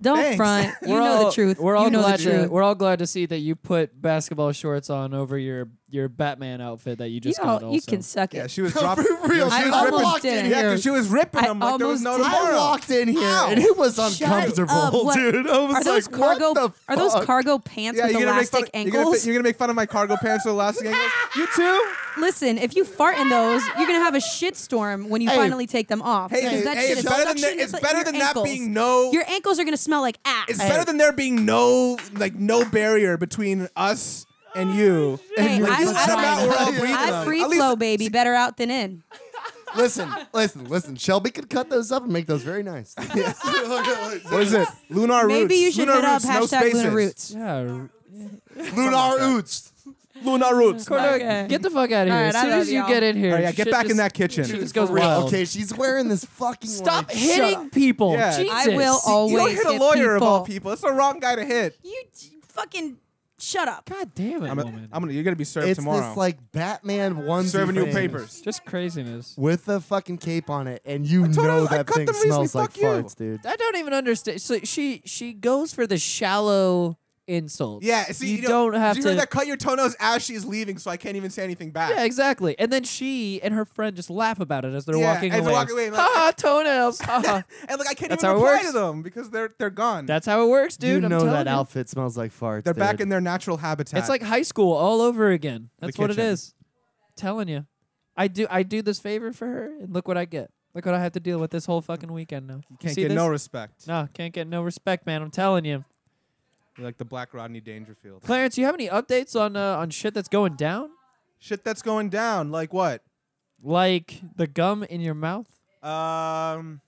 G: Don't
D: thanks.
G: front. You
A: we're
G: know
A: all,
G: the truth.
A: We're all
G: you know
A: glad
G: the truth.
A: To, we're all glad to see that you put basketball shorts on over your your Batman outfit that you just
G: you,
A: got.
G: all,
A: Also,
G: you can suck it.
D: yeah, she was dropping.
C: For real,
D: she
G: I
D: was
G: almost
D: ripping.
G: did.
D: Yeah, 'cause she was ripping
G: I
D: them like there was no
G: almost did.
C: I
D: tomorrow.
C: walked in here
D: Ow.
C: and it was
G: Shut
C: uncomfortable,
G: up. What-
C: dude. I was
G: are those
C: like, what
G: cargo?
C: the
G: Are those
C: fuck?
G: cargo pants
D: Yeah,
G: with
D: you're gonna, make fun,
G: elastic
D: you're, gonna,
G: ankles?
D: fi- you're gonna make fun of my cargo pants with elastic ankles. You too?
G: Listen, if you fart in those, you're gonna have a shitstorm when you
C: Hey.
G: finally take them off.
D: Hey,
G: because
D: hey,
G: that
D: hey,
G: shit
D: it's
G: is
D: better than
G: suction
D: that- it's
G: in
D: better
G: your
D: than that
G: ankles.
D: being no-
G: Your ankles are gonna smell like ass.
D: It's better than there being no like no barrier between us and you.
G: Hey,
C: you're
G: I,
C: just
G: I-
C: trying to
G: I-
C: we're all breathing
G: I
C: on it.
G: free
D: At least-
G: flow, baby. Better out than in.
C: Listen, listen, listen. Shelby could cut those up and make those very nice.
D: What is it? Lunar roots.
G: Maybe you should
D: lunar
G: hit up
D: roots, no
G: hashtag Luna
D: spaces.
G: Roots.
A: yeah.
C: Lunar oots.
D: Lunar roots. All
G: Okay.
A: Get the fuck out of
G: All
A: here.
G: right,
A: as
G: I
A: soon
G: love
A: as you
G: y'all.
A: get in here,
D: right, Oh, yeah, get
A: shit
D: back in
A: just-
D: that kitchen.
A: shit just
C: For
A: goes
C: real.
A: wild.
C: Okay, she's wearing this fucking.
A: Stop
C: like,
A: hitting people.
D: Yeah.
A: Jesus.
G: I will always
D: you don't hit a
G: get
D: lawyer
G: people.
D: of all people. It's the wrong guy to hit.
G: You j- fucking shut up.
A: God damn it,
D: I'm, a,
A: woman.
D: I'm gonna. You're gonna be served
C: It's
D: tomorrow.
C: this like Batman one
D: serving you papers.
A: just craziness.
C: with a fucking cape on it, and you
D: told her-
C: know
D: I
C: that
D: cut
C: thing
D: them recently,
C: smells like
D: fuck you.
C: farts, dude.
A: I don't even understand. So she she goes for the shallow insults.
D: Yeah, see,
A: you,
D: you, know,
A: don't have
D: did
A: to.
D: You heard that cut your toenails as she's leaving, so I can't even say anything back.
A: yeah, exactly. And then she and her friend just laugh about it as they're
D: Yeah,
A: walking
D: as they're
A: away.
D: walking away, like-
A: ha ha, toenails. Ha ha.
D: And like I can't
A: That's
D: even
A: how it
D: reply
A: works.
D: to them because they're they're gone.
A: That's how it works, dude.
C: you
A: I'm
C: know
A: telling
C: that
A: you.
C: outfit smells like farts.
D: they're back
C: dude.
D: in their natural habitat.
A: It's like high school all over again. That's what it
D: kitchen.
A: is. Telling you, I do. I do this favor for her, and look what I get. Look what I have to deal with this whole fucking weekend now.
D: you can't
A: see
D: get
A: this?
D: no respect.
A: No, can't get no respect, man. I'm telling you,
D: You're like the Black Rodney Dangerfield.
A: Clarence. You have any updates on uh, on shit that's going down,
D: Shit that's going down. Like what?
A: like the gum in your mouth?
D: Um,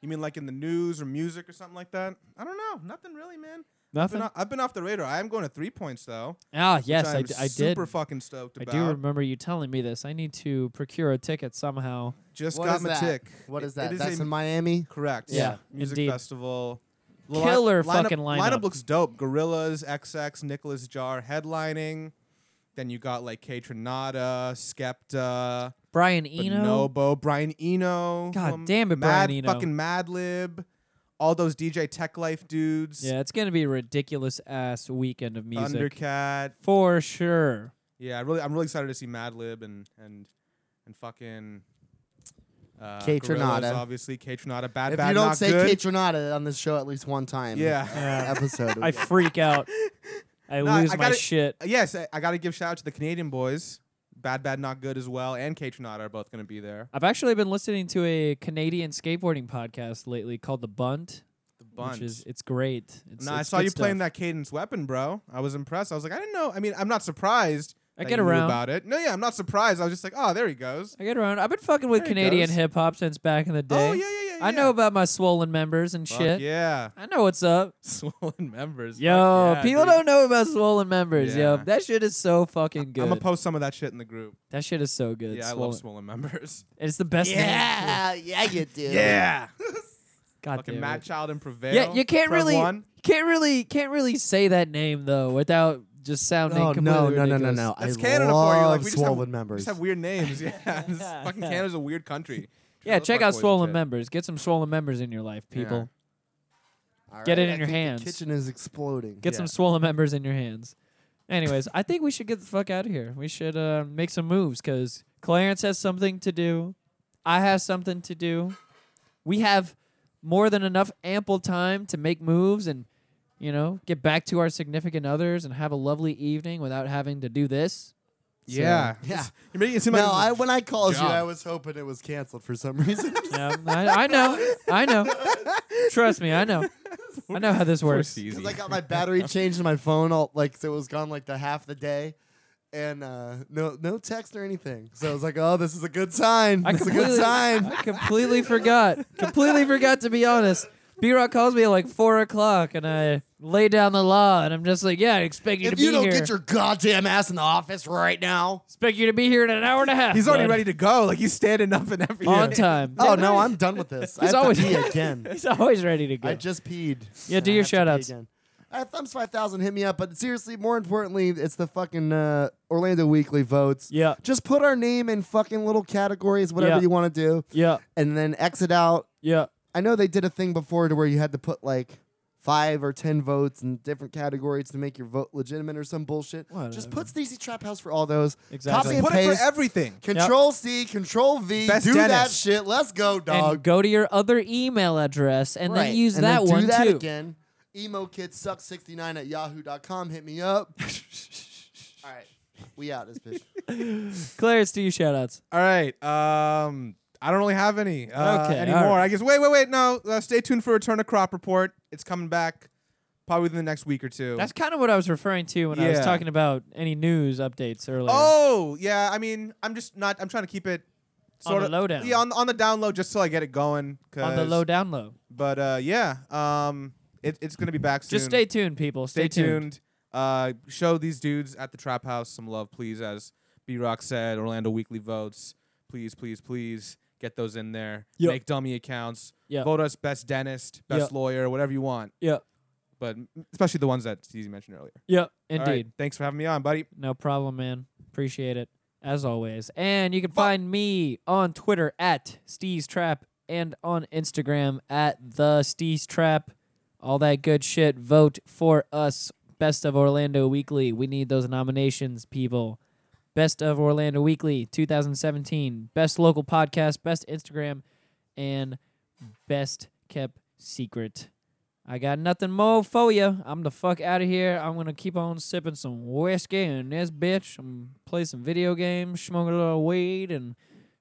D: you mean like in the news or music or something like that? I don't know. Nothing really, man. I've been,
A: Nothing.
D: o- I've been off the radar. I am going to three points though.
A: Ah, yes,
D: which
A: I,
D: I'm
A: d- I did.
D: Super fucking stoked
A: I
D: about.
A: do remember you telling me this. I need to procure a ticket somehow.
D: Just
C: What
D: got
C: is
D: my
C: that?
D: tick.
C: What
D: It-
C: is that?
D: It is
C: That's
D: a
C: in Miami.
D: Correct.
A: Yeah,
D: Music
A: indeed.
D: festival. Li-
A: Killer fucking lineup.
D: Lineup looks dope. Gorillas, XX, Nicholas Jar headlining. Then you got like K Trinata, Skepta,
A: Brian Eno.
D: Bonobo, Brian Eno.
A: God
D: um,
A: damn it,
D: Mad,
A: Brian Eno.
D: Fucking Madlib. All those DJ Tech Life dudes.
A: Yeah, it's gonna be a ridiculous ass weekend of music
D: Thundercat.
A: for sure.
D: Yeah, I really, I'm really excited to see Madlib and and and fucking. Uh,
C: K
D: Gorillas,
C: Trinata.
D: obviously. K Trinata, bad,
C: If
D: bad,
C: you don't
D: not
C: say
D: good.
C: Catronata on this show at least one time,
D: Yeah.
C: uh, episode.
A: I freak out. I
D: No, I-
A: lose
D: I
A: my
D: gotta-
A: shit.
D: Uh, Yes, I, I got to give shout out to the Canadian boys. Bad Bad Not Good as well, and K Trinata are both going to be there.
A: I've actually been listening to a Canadian skateboarding podcast lately called The Bunt,
D: The bunch.
A: which is it's great. It's,
D: no, I
A: it's
D: saw
A: good
D: you playing
A: stuff.
D: that Cadence Weapon, bro. I was impressed. I was like, I didn't know. I mean, I'm not surprised.
A: I
D: that
A: get
D: you knew
A: around.
D: about it. No, yeah, I'm not surprised. I was just like, oh, there he goes.
A: I get around. I've been fucking with
D: There it
A: Canadian
D: goes.
A: hip hop since back in the day.
D: Oh yeah, yeah, yeah.
A: I know about my swollen members and
D: Fuck
A: shit.
D: Yeah,
A: I know what's up.
D: swollen members. Fuck
A: Yo,
D: yeah,
A: people
D: dude.
A: don't know about swollen members. Yo,
D: Yeah.
A: that shit is so fucking good.
D: I'm gonna post some of that shit in the group.
A: that shit is so good.
D: yeah, I
A: Swollen-
D: love swollen members.
A: It's the best. name, too.
C: yeah, you do.
D: Yeah,
A: God
D: fucking
A: damn
D: Mad
A: it.
D: Child and Prevail.
A: Yeah, you can't
D: Prev
A: really,
D: One.
A: can't really, can't really say that name though without just sounding.
C: Oh,
A: completely
C: no, no, no, no,
A: ridiculous.
C: no.
D: That's
C: I
D: Canada
C: love
D: for you. Like we just
C: swollen
D: have, We
C: members.
D: just have weird names. Yeah, This fucking Canada's a weird country.
A: Yeah,
D: Those
A: check
D: fuck
A: out
D: boys
A: swollen
D: and shit.
A: members. Get some swollen members in your life, people.
C: All
A: Get it in
C: I
A: your
C: think
A: hands.
C: The kitchen is exploding.
A: Get some
D: Yeah.
A: swollen members in your hands. Anyways, I think we should get the fuck out of here. We should uh, make some moves because Clarence has something to do. I have something to do. We have more than enough ample time to make moves and, you know, get back to our significant others and have a lovely evening without having to do this.
D: Yeah,
C: Yeah.
D: You're making it seem
C: No,
D: like
C: I when I called
D: Job.
C: you, I was hoping it was canceled for some reason.
A: Yeah, I, I know. I know. Trust me, I know. I know how this works.
C: Because I got my battery changed in my phone, all like so it was gone like the half the day, and uh, no no text or anything. So I was like, oh, this is a good sign.
A: I
C: It's a
A: completely,
C: good sign.
A: I completely forgot. Completely forgot to be honest. B Rock calls me at like four o'clock, and I lay down the law, and I'm just like, yeah, I expect you to
C: If
A: be
C: you don't
A: here.
C: get your goddamn ass in the office right now,
A: expect you to be here in an hour and a half.
D: he's already
A: bud.
D: ready to go. Like he's standing up and everything.
A: on time.
C: oh no, I'm done with this. I
A: He's
C: have
A: always-
C: to pee again.
A: he's always ready to go.
C: I just peed.
A: Yeah, do
C: I
A: your
C: have to pee
A: shout-outs.
C: again. Uh, Thumbs five thousand, hit me up. But seriously, more importantly, it's the fucking uh, Orlando Weekly votes.
A: yeah,
C: Just put our name in fucking little categories, whatever
A: Yeah.
C: you want to do,
A: yeah,
C: and then exit out
A: yeah.
C: I know they did a thing before to where you had to put like five or ten votes in different categories to make your vote legitimate or some bullshit. Just put Stacey Trap House for all those.
A: Exactly.
C: Copy
D: Just
C: and
D: put it
C: paste.
D: for everything.
C: Control C, Control V.
D: Best
C: do that
D: dentist.
C: shit. Let's go, dog.
A: And go to your other email address, and
C: Right.
A: then use
C: And
A: that
C: then
A: one
C: do that
A: too.
C: again. Emo kid sucks 69 at yahoo.com. Hit me up. all right. We out this bitch.
A: Clarence, do your shout outs.
D: All right. Um, I don't really have any uh,
A: Okay,
D: anymore.
A: all right.
D: I guess. Wait, wait, wait. No, uh, stay tuned for Return of Crop Report. It's coming back probably within the next week or two.
A: That's kind of what I was referring to when I was
D: Yeah.
A: talking about any news updates earlier.
D: oh yeah. I mean, I'm just not. I'm trying to keep it.
A: On
D: Sort
A: the
D: of,
A: low down.
D: Yeah, on, on the down low, just till I get it going.
A: on the
D: 'cause-
A: low down low.
D: But uh, yeah, um, it, it's gonna be back soon.
A: Just stay tuned, people. Stay,
D: stay tuned. Uh, show these dudes at the Trap House some love, please. As B Rock said, Orlando Weekly votes. Please, please, please get those in there.
A: Yep.
D: Make dummy accounts.
A: Yep.
D: Vote us best dentist, best
A: Yep.
D: lawyer, whatever you want.
A: Yeah,
D: But m- especially the ones that Steezy mentioned earlier.
A: yeah,
D: All
A: indeed.
D: right, thanks for having me on, buddy.
A: No problem, man. Appreciate it as always. And you can find me on Twitter at Steez Trap and on Instagram at the Steez Trap. All that good shit. Vote for us Best of Orlando Weekly. We need those nominations, people. Best of Orlando Weekly 2017. Best local podcast, best Instagram, and best kept secret. I got nothing more for you. I'm the fuck out of here. I'm gonna keep on sipping some whiskey and this bitch. I'm play some video games, smoke a little weed, and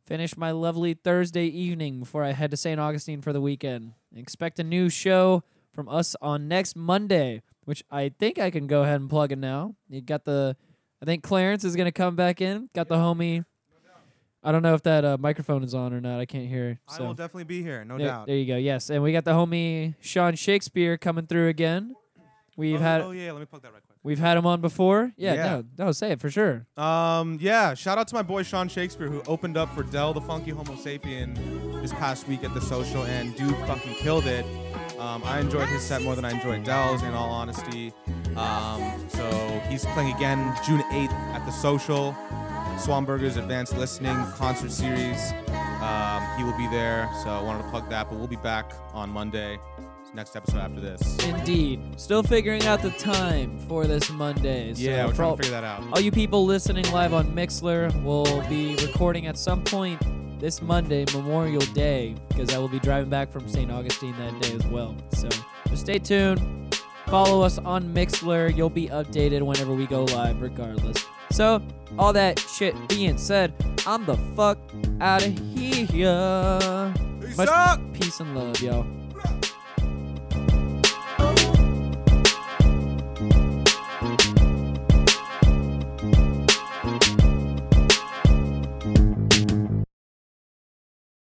A: finish my lovely Thursday evening before I head to St. Augustine for the weekend. Expect a new show from us on next Monday, which I think I can go ahead and plug in now. You got the, I think Clarence is gonna come back in. Got the homie. I don't know if that uh, microphone is on or not. I can't hear. So.
D: I will definitely be here, no
A: There,
D: doubt.
A: there you go. Yes, and we got the homie Sean Shakespeare coming through again. We've
D: oh,
A: had
D: oh, yeah, let me plug that right quick.
A: we've had him on before. Yeah,
D: Yeah.
A: no, no, say it for sure.
D: Um, yeah, shout out to my boy Sean Shakespeare who opened up for Dell the Funky Homo Sapien this past week at the social, and dude fucking killed it. Um, I enjoyed his set more than I enjoyed Dell's, in all honesty. Um, so he's playing again June 8th at the social, Swanberger's Advanced Listening Concert Series. Um, he will be there, so I wanted to plug that, but we'll be back on Monday. Next episode after this.
A: Indeed, still figuring out the time for this Monday. So
D: yeah, we're
A: for
D: trying
A: all,
D: to figure that out.
A: all you people listening live on Mixler, will be recording at some point this Monday, Memorial Day, because I will be driving back from St. Augustine that day as well. So just stay tuned. Follow us on Mixler. You'll be updated whenever we go live, regardless. So, all that shit being said, I'm the fuck out of here.
D: Peace
A: Much
D: out!
A: peace and love, y'all.